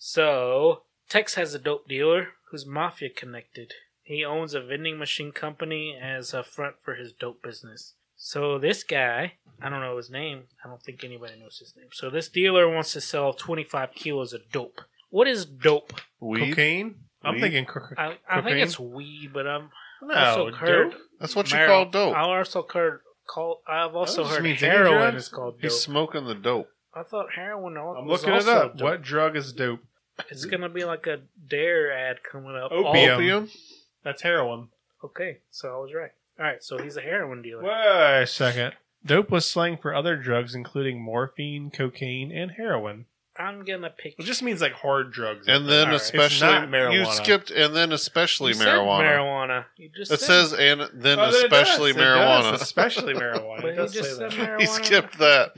S4: So, Tex has a dope dealer who's mafia connected. He owns a vending machine company as a front for his dope business. So, this guy, I don't know his name, I don't think anybody knows his name. So, this dealer wants to sell 25 kilos of dope. What is dope?
S3: Weed?
S1: cocaine. I'm
S3: Weed?
S1: thinking cocaine.
S4: I, I think
S1: Cocaine?
S4: it's weed, but I'm
S1: No,
S4: also heard
S1: dope.
S3: That's what you
S4: mar-
S3: call dope.
S4: I also heard call. I've also
S1: just
S4: heard
S1: means any
S4: heroin
S1: drug.
S4: is called dope.
S3: He's smoking the dope.
S4: I thought heroin. al-
S1: I'm
S4: was
S1: looking it
S4: also
S1: up.
S4: dope.
S1: What drug is dope?
S4: It's gonna be like a dare ad coming up.
S1: Opium.
S3: Opium?
S1: That's heroin.
S4: All- okay, so I was right. All right, so he's a heroin dealer.
S1: Wait a second. Dope was slang for other drugs, including morphine, cocaine, and heroin.
S4: I'm gonna pick.
S1: It just means like hard drugs.
S3: And then
S4: All right. It's
S3: especially
S1: not marijuana.
S3: you skipped and then especially
S4: you said
S3: marijuana.
S4: marijuana. You just
S3: It
S4: said-
S3: says and then
S1: Oh, then it does.
S3: especially
S1: It
S3: marijuana.
S1: does. especially marijuana.
S4: But
S1: It
S4: he
S1: does
S4: just
S1: say that.
S4: said marijuana.
S3: He skipped that.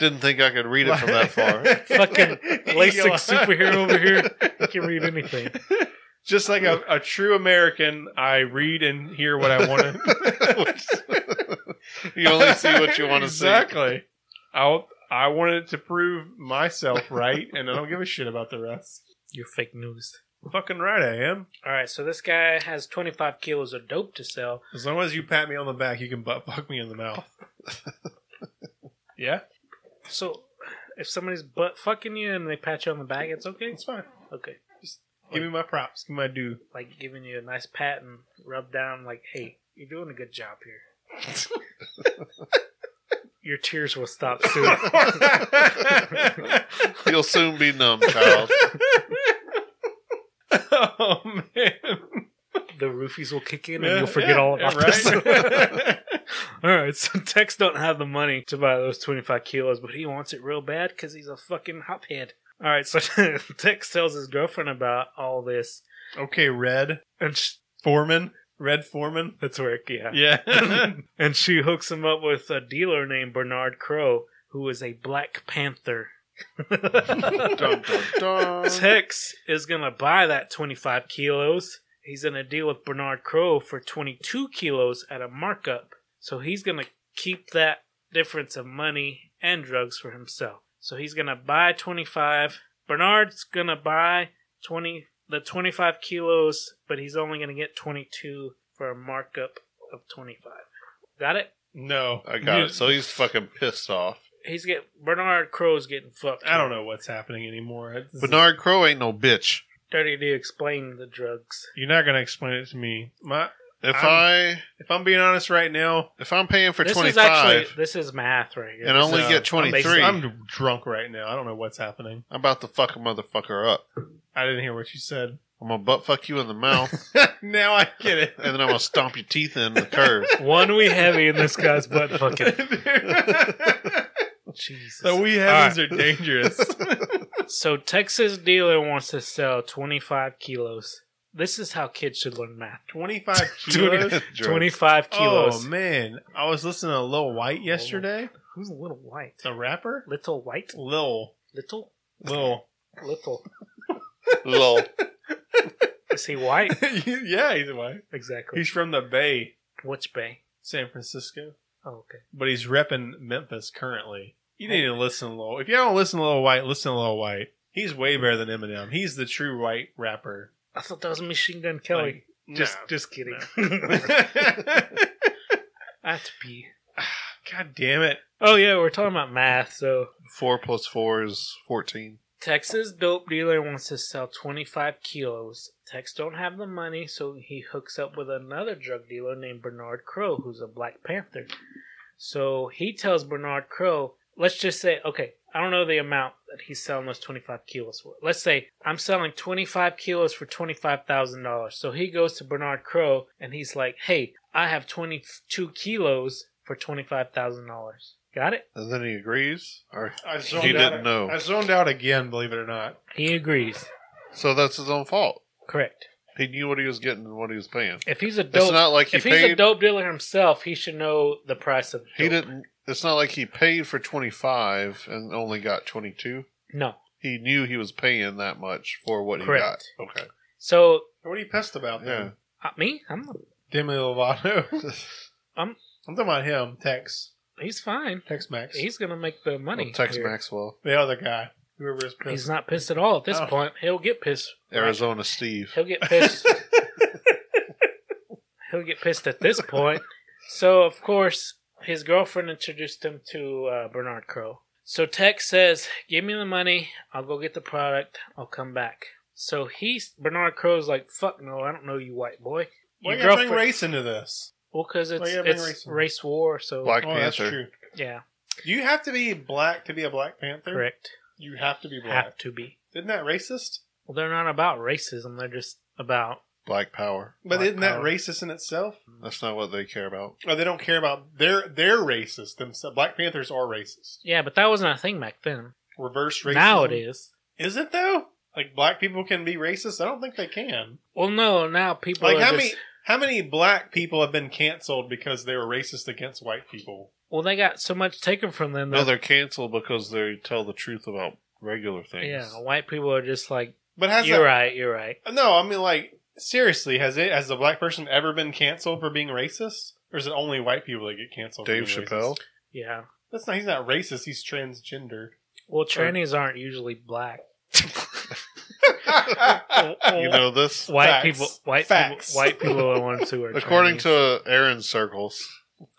S3: Didn't think I could read it from that far.
S4: Fucking LASIK
S1: Eli.
S4: superhero over here. He can read anything.
S1: Just like a, a true American, I read and hear what I want to.
S3: You only see what you want to
S1: Exactly. I'll, I wanted to prove myself right, and I don't give a shit about the rest.
S4: You're fake news.
S1: Fucking right, I am.
S4: All right, so this guy has 25 kilos of dope to sell.
S1: As long as you pat me on the back, you can butt fuck me in the mouth. yeah,
S4: So, if somebody's butt fucking you and they pat you on the back, it's okay.
S1: it's fine.
S4: Okay,
S1: Give me my props. Give me my due.
S4: like giving you a nice pat and rub down, like, hey, you're doing a good job here. Your tears will stop soon.
S3: see. You'll soon be numb, child.
S1: oh man,
S4: the roofies will kick in, and you'll forget all about
S1: right?
S4: this. all right, so Tex don't have the money to buy those twenty five kilos, but he wants it real bad because he's a fucking hophead. All right, so Tex tells his girlfriend about all this,
S1: okay, Red
S4: and sh-
S1: Foreman. Red Foreman.
S4: that's where, it- yeah,
S1: Yeah.
S4: and she hooks him up with a dealer named Bernard Crow, who is a Black Panther.
S3: dun, dun, dun.
S4: Tex is gonna buy that 25 kilos. He's gonna deal with Bernard Crow for 22 kilos at a markup. So he's gonna keep that difference of money and drugs for himself. So he's gonna buy 25. Bernard's gonna buy 20 the 25 kilos, but he's only gonna get 22 for a markup of 25. Got it?
S1: no,
S3: I got it. So he's fucking pissed off.
S4: He's get Bernard Crow's getting fucked.
S1: I don't know what's happening anymore. This is-
S3: Bernard Crow ain't no bitch.
S4: Dirty D explain the drugs.
S1: You're not gonna explain it to me. My
S3: If
S1: I'm-
S3: i
S1: If I'm being honest right now,
S3: if I'm paying for
S4: this
S3: twenty
S4: is actually
S3: five,
S4: this is math right here.
S3: And
S4: This
S3: only
S4: is-
S3: get
S4: I'm basing-
S3: 23.
S1: I'm drunk right now. I don't know what's happening.
S3: I'm about to fuck a motherfucker up.
S1: I didn't hear what you said.
S3: I'm gonna butt fuck you in the mouth,
S1: now I get it.
S3: and then I'm gonna stomp your teeth in the curve.
S4: One we heavy in this guy's butt fucking. Jesus.
S1: the we heavens are dangerous.
S4: So Texas dealer wants to sell 25 kilos. This is how kids should learn math.
S1: 25 kilos.
S4: 25 kilos.
S1: Oh man, I was listening to Lil White yesterday.
S4: Who's a little white?
S1: The rapper
S4: Little white?
S1: Lil
S4: Little?
S1: Lil.
S4: Little.
S3: Lol.
S4: Is he white?
S1: yeah, he's white.
S4: Exactly.
S1: He's from the Bay,
S4: Which bay?
S1: San Francisco,
S4: Oh, okay.
S1: but he's repping Memphis currently. You need to listen to Lil. If you don't listen to Lil White, listen to Lil White. He's way better than Eminem. He's the true white rapper.
S4: I thought that was Machine Gun Kelly.
S1: Like,
S4: just
S1: no.
S4: just kidding. I have to pee.
S1: God damn it.
S4: Oh, yeah, we're talking about math, so.
S3: Four plus four is fourteen.
S4: Texas dope dealer wants to sell 25 kilos. Tex don't have the money, so he hooks up with another drug dealer named Bernard Crow, who's a Black Panther. So he tells Bernard Crow, let's just say, okay, I don't know the amount that he's selling those 25 kilos for. Let's say I'm selling 25 kilos for $25,000. So he goes to Bernard Crow and he's like, hey, I have 22 kilos for $25,000. Got it?
S3: And then he agrees. Or
S1: I zoned
S3: he
S1: out.
S3: didn't know.
S1: I zoned out again, believe it or not.
S4: He agrees.
S3: So that's his own fault.
S4: Correct.
S3: He knew what he was getting and what he was paying.
S4: If he's a
S3: It's
S4: dope
S3: not like he
S4: if he's a
S3: paid.
S4: dope dealer himself, he should know the price of. Dope.
S3: He didn't. It's not like he paid for twenty five and only got twenty two.
S4: No.
S3: He knew he was paying that much for what
S4: Correct.
S3: he got. Okay.
S4: So
S1: What are you pissed about
S3: Yeah.
S1: then?
S4: uh, me, I'm
S1: Demi Lovato.
S4: I'm-
S1: I'm talking about him, Tex.
S4: he's fine.
S1: Tex Max.
S4: He's gonna make the money.
S3: Well, Tex
S4: here.
S3: Maxwell,
S1: the other guy. Whoever is pissed.
S4: He's not pissed at all at this
S1: Oh.
S4: point. He'll get pissed.
S3: Arizona Steve.
S4: He'll get pissed. He'll get pissed at this point. So of course, his girlfriend introduced him to uh, Bernard Crow. So Tex says, "Give me the money. I'll go get the product. I'll come back." So he's Bernard Crow's like, "Fuck no, I don't know you, white boy."
S1: Why
S4: Your
S1: you gotta bring
S4: girlfriend-
S1: race into this?
S4: Well, because it's,
S1: you gotta bring
S4: it's
S1: race
S4: race,
S1: in?
S4: war, so
S3: Black
S1: oh, that's
S3: Panther.
S1: true.
S4: yeah,
S1: Do you have to be black to be a Black Panther?
S4: correct.
S1: You have to be black.
S4: Have to be.
S1: Isn't that racist?
S4: Well, they're not about racism. They're just about
S3: Black Power.
S1: But
S4: Black
S1: isn't that
S4: power.
S1: racist in itself?
S3: That's not what they care about.
S1: Or they don't care about they're they're racist themselves. Black Panthers are racist.
S4: yeah, but that wasn't a thing back then.
S1: Reverse racism.
S4: Now it is.
S1: Is it though? Like black people can be racist? I don't think they can.
S4: Well, no, now people
S1: Like
S4: are
S1: how
S4: just-
S1: many how many black people have been canceled because they were racist against white people?
S4: well, they got so much taken from them.
S3: No,
S4: That,
S3: they're canceled because they tell the truth about regular things.
S4: yeah, white people are just like,
S1: But has
S4: you're
S1: that,
S4: right, you're right.
S1: No, I mean like seriously, has it has the black person ever been canceled for being racist? Or is it only white people that get canceled?
S3: Dave
S1: for being
S3: Chappelle.
S1: Racist?
S4: Yeah.
S1: That's not he's not racist, he's transgender.
S4: Well, trannies aren't usually black.
S3: You know this?
S4: white
S1: Facts.
S4: people, white
S1: Facts.
S4: people, white people are the ones who are.
S3: According
S4: trannies.
S3: to Aaron's circles.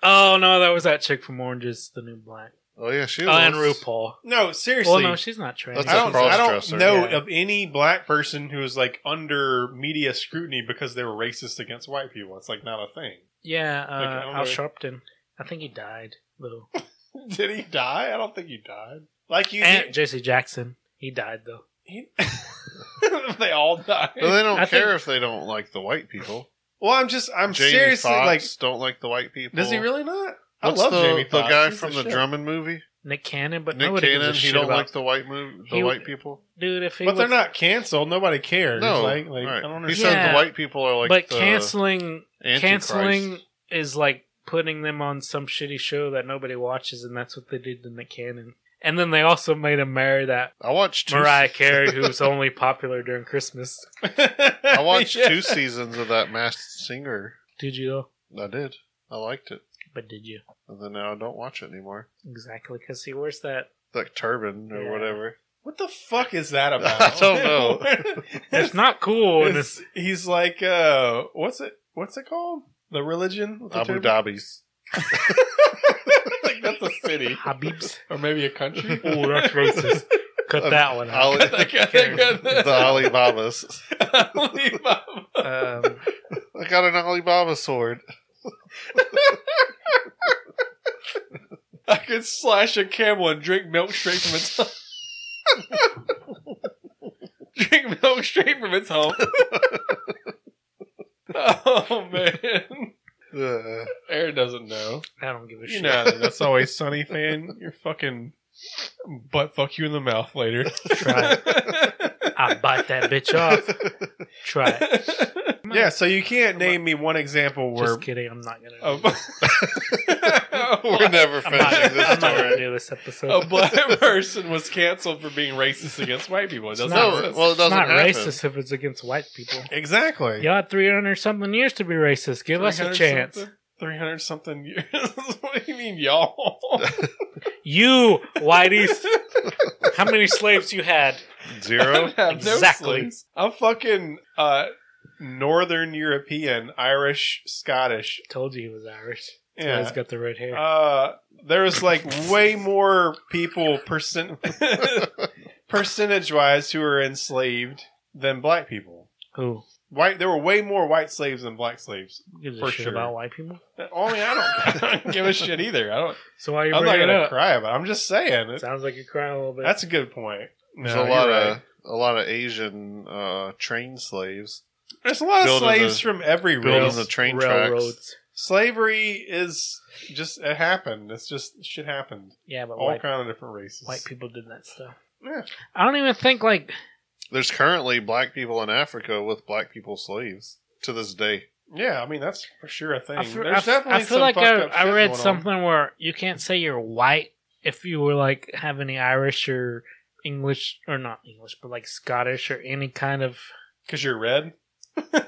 S4: oh no, that was that chick from Orange Is the New Black.
S3: Oh yeah, she
S4: Oh, and
S3: was.
S4: RuPaul.
S1: no, seriously.
S4: Well, no, she's not trans.
S3: That's
S1: I
S3: a
S1: don't, I don't
S3: crossdresser.
S1: know
S4: Yeah.
S1: of any black person who is like under media scrutiny because they were racist against white people. It's like not a thing.
S4: Yeah,
S1: I
S4: uh,
S1: don't
S4: Al
S1: know.
S4: Sharpton. I think he died though.
S1: Did he die? I don't think he died. Like you,
S4: and J.C. Jackson, he died though.
S1: he- they all died.
S3: But they don't
S4: I
S3: care
S4: think-
S3: if they don't like the white people.
S1: Well, I'm just, I'm
S3: Jamie
S1: seriously
S3: Foxx
S1: like,
S3: don't like the white people.
S1: does he really not?
S3: What's
S1: I love
S3: the,
S1: Jamie
S3: the
S1: Foxx.
S3: guy
S1: He's
S3: from
S1: the
S3: the
S1: shit.
S3: Drummond movie?
S4: Nick Cannon, but
S3: Nick
S4: nobody
S3: Cannon.
S4: gives a
S3: He
S4: shit
S3: don't
S4: about.
S3: like the white move, the
S4: He-
S3: white people.
S4: Dude, if he
S1: But they're
S4: was-
S1: not canceled. Nobody cares.
S3: No,
S1: like, like
S3: right.
S1: I don't
S3: he
S1: understand.
S3: said
S4: Yeah.
S3: the white people are like.
S4: but
S3: the
S4: canceling,
S3: Antichrist.
S4: canceling is like putting them on some shitty show that nobody watches, and that's what they did to Nick Cannon. And then they also made him marry that
S3: I watched two
S4: Mariah Carey, who's only popular during Christmas.
S3: I watched two seasons of that Masked Singer.
S4: Did you? though?
S3: I did. I liked it,
S4: But did you
S3: and then now I don't watch it anymore.
S4: exactly? Because he wears that.
S3: Like turban or
S4: Yeah.
S3: whatever.
S1: What the fuck is that about?
S3: I don't know.
S4: It's not cool. And it's,
S1: It's- he's like, uh, what's it? What's it called? The religion? with the
S3: Abu
S1: turban?
S3: Dhabi's.
S1: like that's a city
S4: Habib's.
S1: or maybe a country.
S4: Oh, that's racist. Cut that one out.
S3: Ali, the Alibaba's.
S4: Um,
S3: I got an Alibaba sword.
S1: I could slash a camel and drink milk straight from its hump. drink milk straight from its hump. oh man,
S3: Uh,
S1: Aaron doesn't know.
S4: I don't give a
S1: You
S4: shit.
S1: know that's always sunny fan. You're fucking butt fuck you in the mouth later.
S4: Try I'll bite that bitch off. Try it.
S1: yeah, so you can't name me one example where.
S4: Just kidding. I'm not gonna.
S1: A,
S4: do
S3: we're never
S4: I'm not,
S3: finishing this
S4: I'm not
S3: story.
S4: gonna do this episode.
S1: a black person was canceled for being racist against white people. It
S4: It's
S1: doesn't
S4: not-
S3: No,
S1: exist.
S3: well, it
S4: it's
S3: doesn't
S4: not
S3: happen.
S4: racist if it's against white people.
S1: exactly.
S4: Y'all had 300 something years to be racist. Give us a
S1: 300
S4: chance.
S1: something- 300 something years. what do you mean, y'all?
S4: You, whiteys, how many slaves you had?
S1: I
S3: Zero.
S1: have no
S4: Exactly.
S1: slaves. I'm fucking uh, Northern European, Irish, Scottish.
S4: Told you he was Irish. That's why
S1: Yeah.
S4: he's got the red hair.
S1: Uh, there's like way more people percent percentage wise who are enslaved than black people.
S4: Who
S1: White, there were way more white slaves than black slaves.
S4: gives a
S1: For
S4: shit
S1: sure.
S4: about white people?
S1: I mean, I don't, I don't give a shit either. I don't.
S4: So why are you
S1: I'm not
S4: bringing it
S1: gonna
S4: up?
S1: cry about. it. I'm just saying. It,
S4: Sounds like you're crying a little bit.
S1: that's a good point.
S3: There's
S1: No,
S3: a
S1: you're
S3: lot
S1: right.
S3: of a lot of Asian uh, train slaves
S1: There's a lot of
S3: Building
S1: slaves
S3: the-
S1: from every
S3: building
S1: race.
S3: the train tracks.
S4: railroads.
S1: Slavery is just it happened. It's just shit happened.
S4: Yeah, but
S1: All
S4: white,
S1: kind of different races.
S4: white people did that stuff.
S1: Yeah.
S4: I don't even think like
S3: There's currently black people in Africa with black people slaves to this day.
S1: Yeah, I mean that's for sure a thing.
S4: I feel,
S1: There's
S4: I, f-
S1: definitely
S4: I feel
S1: some
S4: like
S1: fucked
S4: I,
S1: up
S4: I
S1: shit
S4: read
S1: going on.
S4: something where you can't say you're white if you were like have any Irish or English or not English, but like Scottish or any kind of.
S1: because you're red.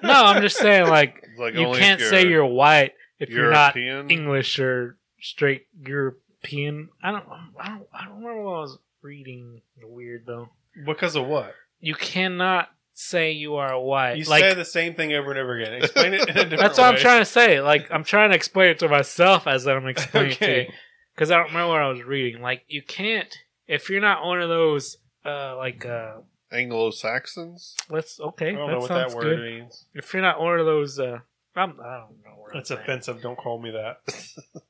S4: No, I'm just saying like
S3: Like
S4: you
S3: only if
S4: can't say you're white if you're not
S3: European.
S4: English or straight European. I don't. I don't. I don't remember what I was reading. Weird though.
S1: Because of what?
S4: You cannot say you are white.
S1: You
S4: like
S1: say the same thing over and over again. Explain it in a different
S4: that's what I'm
S1: way.
S4: trying to say. Like I'm trying to explain it to myself as I'm explaining it to you.
S1: Okay.
S4: because I don't remember what I was reading. Like you can't if you're not one of those uh like uh
S3: Anglo Saxons.
S4: let's
S1: I
S4: okay
S1: don't
S4: that
S1: know what
S4: sounds
S1: that word
S4: good.
S1: means.
S4: If you're not one of those uh I'm, I don't know where
S1: That's
S4: I'm at.
S1: offensive. Don't call me that.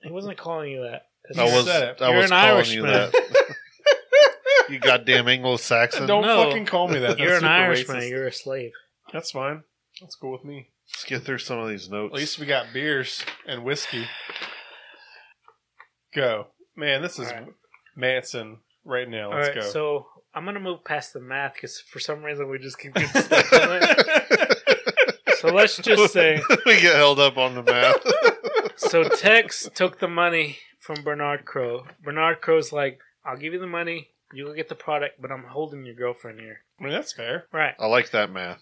S4: He wasn't calling you that.
S1: You
S3: I was
S1: said it.
S3: I
S4: You're
S3: was
S4: an
S3: calling
S4: Irishman.
S3: you that. you goddamn Anglo Saxon.
S1: Don't
S4: No.
S1: fucking call me that. That's
S4: You're an
S1: super
S4: Irishman.
S1: racist.
S4: You're a slave.
S1: That's fine. That's cool with me.
S3: Let's get through some of these notes.
S1: At least we got beers and whiskey. Go. Man, this is
S4: All right.
S1: Manson right now.
S4: All
S1: Let's
S4: right,
S1: go.
S4: so I'm gonna move past the math because for some reason we just keep getting stuck on it. So let's just say,
S3: we get held up on the map.
S4: so Tex took the money from Bernard Crow. Bernard Crow's like, I'll give you the money, you go get the product, but I'm holding your girlfriend here.
S1: I mean, that's fair.
S4: Right.
S3: I like that math.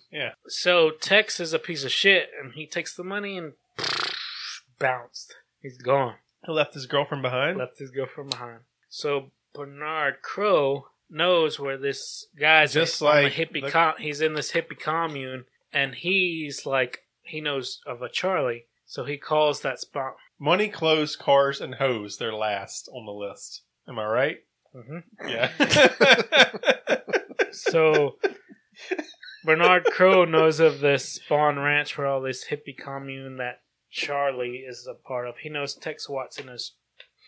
S4: So Tex is a piece of shit, and he takes the money and bounced. He's gone.
S1: He left his girlfriend behind.
S4: Left his girlfriend behind. So Bernard Crow knows where this guy's
S1: Just
S4: on
S1: like
S4: the hippie.
S1: the-
S4: com- he's in this hippie commune, and he's like he knows of a Charlie, so he calls that spot.
S1: Money, clothes, cars, and hoes. They're last on the list. Am I right?
S4: hmm
S1: Yeah.
S4: So Bernard Crow knows of this Spawn Ranch where all this hippie commune that Charlie is a part of. He knows Tex Watson is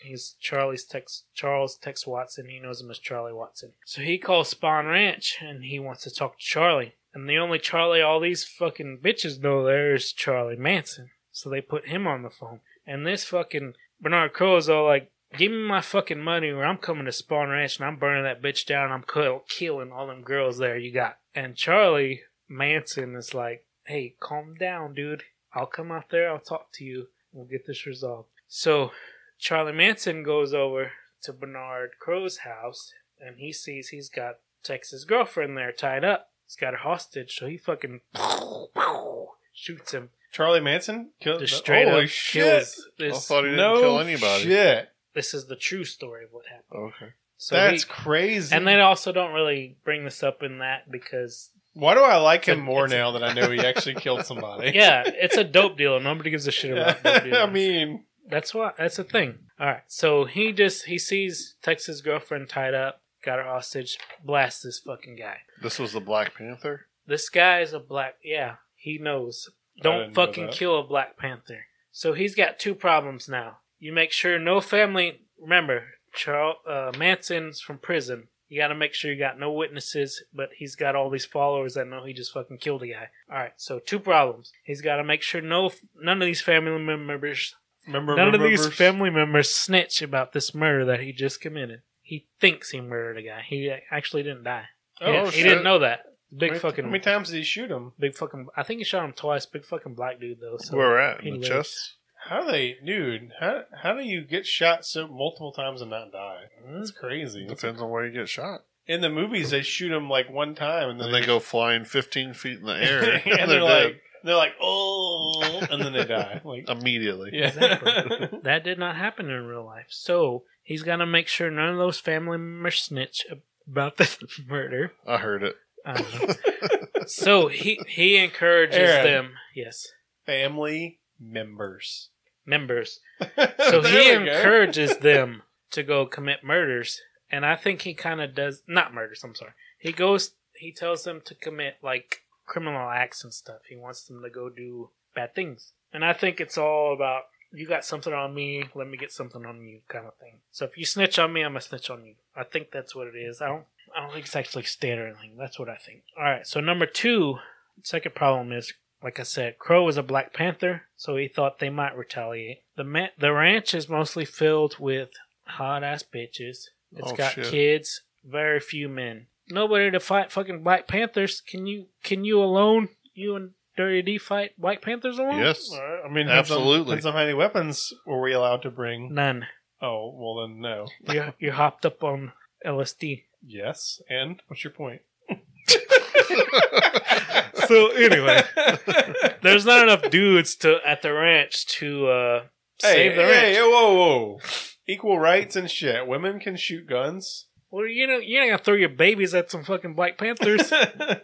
S4: he's Charlie's Tex Charles Tex Watson. He knows him as Charlie Watson. So he calls Spawn Ranch and he wants to talk to Charlie. And the only Charlie all these fucking bitches know there is Charlie Manson. So they put him on the phone. And this fucking Bernard Crow is all like, Give me my fucking money or I'm coming to Spawn Ranch and I'm burning that bitch down. I'm kill- killing all them girls there you got. And Charlie Manson is like, hey, calm down, dude. I'll come out there. I'll talk to you. We'll get this resolved. So Charlie Manson goes over to Bernard Crow's house and he sees he's got Texas girlfriend there tied up. He's got her hostage. So he fucking shoots him.
S1: Charlie Manson killed.
S4: Just straight
S1: Holy
S4: up
S1: shit!
S4: kills
S3: I
S4: this.
S3: thought he didn't
S1: no
S3: kill anybody.
S1: shit.
S4: This is the true story of what happened.
S3: Okay.
S4: So
S1: That's
S4: he-
S1: crazy.
S4: And they also don't really bring this up in that because
S1: why do I like
S4: It's
S1: him
S4: a-
S1: more
S4: it's a-
S1: now that I know he actually killed somebody?
S4: yeah, it's a dope deal. Nobody gives a shit about dope deal.
S1: I mean,
S4: that's why that's the thing. All right, so he just he sees Texas girlfriend tied up, got her hostage, blast this fucking guy.
S3: This was the Black Panther.
S4: This guy is a black. Yeah, he knows. don't
S1: didn't know
S4: fucking
S1: that.
S4: kill a Black Panther. So he's got two problems now. You make sure no family. Remember, Charles uh, Manson's from prison. You got to make sure you got no witnesses, but he's got all these followers that know he just fucking killed a guy. All right, so two problems. He's got to make sure no none of these family members,
S1: Remember,
S4: none of
S1: remember-
S4: these family members snitch about this murder that he just committed. He thinks he murdered a guy. He actually didn't die.
S1: Oh,
S4: he,
S1: shit.
S4: he didn't know that.
S1: How
S4: Big
S1: many-
S4: fucking
S1: How many times did he shoot him?
S4: Big fucking. I think he shot him twice. Big fucking black dude though. So
S3: Where we're at
S4: he
S3: in the
S4: lives.
S3: chest.
S1: How do they, dude? How how do you get shot so multiple times and not die? That's
S4: Hmm?
S1: crazy.
S3: Depends on where you get shot.
S1: In the movies, they shoot him like one time and
S3: And
S1: then
S3: then they go flying 15 feet in the air,
S1: and
S3: and,
S1: they're,
S3: they're,
S1: like they're like oh, and then they die. Like
S3: dead immediately.
S1: yeah,
S4: Exactly. That did not happen in real life. So he's gonna make sure none of those family members snitch about the murder.
S3: I heard it.
S4: I don't know. so he he encourages
S1: Aaron.
S4: them. Yes,
S1: family members.
S4: members. So he
S1: There we go.
S4: encourages them to go commit murders, and I think he kind of does not murders. I'm sorry. He goes. He tells them to commit like criminal acts and stuff. He wants them to go do bad things, and I think it's all about you got something on me, let me get something on you, kind of thing. So if you snitch on me, I'm gonna snitch on you. I think that's what it is. I don't. I don't think it's actually state or anything. That's what I think. All right. So number two, second problem is like I said, Crow was a Black Panther, so he thought they might retaliate. The ma- the ranch is mostly filled with hot ass bitches. It's
S3: Oh,
S4: got
S3: shit.
S4: kids, very few men. Nobody to fight fucking Black Panthers. Can you can you alone? You and Dirty D fight Black Panthers alone?
S3: Yes.
S1: Uh, I mean, depends on-
S3: Absolutely.
S1: Depends on how many weapons were we allowed to bring?
S4: None.
S1: Oh, well then no.
S4: You you hopped up on LSD.
S1: Yes, and what's your point?
S4: So anyway, there's not enough dudes to at the ranch to uh, save the ranch.
S1: hey, hey, whoa, whoa. Equal rights and shit. Women can shoot guns.
S4: Well, you know you're not gonna throw your babies at some fucking Black Panthers.
S3: That's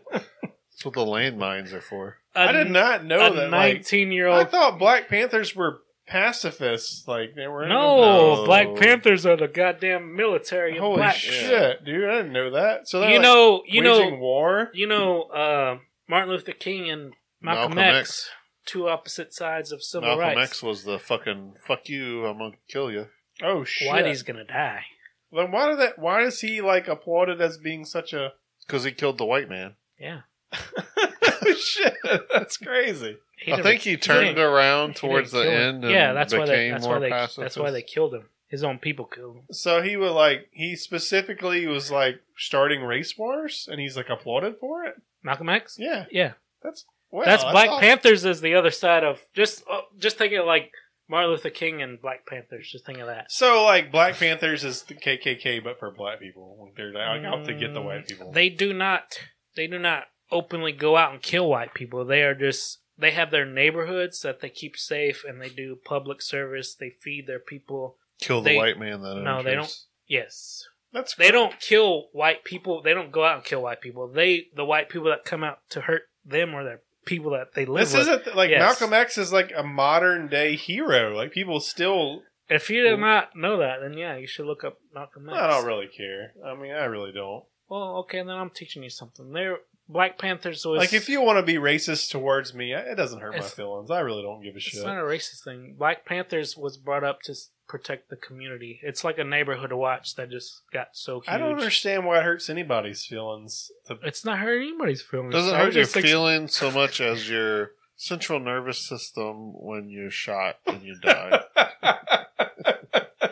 S3: what the landmines are for.
S1: I did not know
S4: a
S1: that. Like,
S4: 19 year
S1: I
S4: old.
S1: thought Black Panthers were pacifists. Like they were
S4: No,
S3: No.
S4: Black Panthers are the goddamn military. of
S1: Holy
S4: black.
S1: shit, dude! I didn't know that. So they're
S4: You
S1: like,
S4: know, you
S1: waging
S4: know,
S1: war.
S4: you know. Uh, Martin Luther King and Malcolm,
S3: Malcolm
S4: X, two opposite sides of civil
S3: Malcolm
S4: rights.
S3: X was the fucking fuck you, I'm gonna kill you.
S1: Oh shit!
S4: Whitey's gonna die.
S1: Then why did that? Why is he like applauded as being such a
S3: Because he killed the white man.
S4: Yeah,
S1: shit? That's crazy.
S4: He
S3: I
S4: didn't-
S3: think he turned
S4: didn't-
S3: around
S4: he
S3: towards
S4: didn't
S3: the
S4: kill him.
S3: end. And
S4: yeah, that's
S3: became
S4: why they. That's
S3: more
S4: why they. That's
S3: pacifist.
S4: why they killed him. His own people killed him.
S1: So he was like, he specifically was like starting race wars, and he's like applauded for it.
S4: Malcolm X.
S1: Yeah,
S4: Yeah,
S1: that's well,
S4: that's
S1: I
S4: Black
S1: thought-
S4: Panthers is the other side of just. Uh, just think of like Martin Luther King and Black Panthers. Just think of that.
S1: So like Black Panthers is the KKK, but for black people, Like, they're like out to get the white people.
S4: Mm, They do not. They do not openly go out and kill white people. They are just. They have their neighborhoods that they keep safe, and they do public service. They feed their people.
S3: Kill the
S4: they-
S3: white man then.
S4: No, they don't. Yes,
S1: that's
S4: they don't kill white people. They don't go out and kill white people. They the white people that come out to hurt them or their people that they live
S1: This
S4: with.
S1: isn't like
S4: Yes.
S1: Malcolm X is like a modern day hero. Like people still.
S4: If you did not know that, then yeah, you should look up Malcolm X.
S1: I don't really care. I mean, I really don't.
S4: Well, okay, then I'm teaching you something. They're Black Panthers was
S1: Like if you want to be racist towards me, I- it doesn't hurt my
S4: It's-
S1: feelings. I really don't give a
S4: It's
S1: shit.
S4: not a racist thing. Black Panthers was brought up to s- protect the community. It's like a neighborhood watch that just got so huge.
S1: I don't understand why it hurts anybody's feelings. To,
S4: It's not hurting anybody's feelings.
S3: Doesn't
S4: I
S3: hurt
S4: was
S3: your
S4: just ex-
S3: feelings so much as your central nervous system when you're shot and you die.
S1: I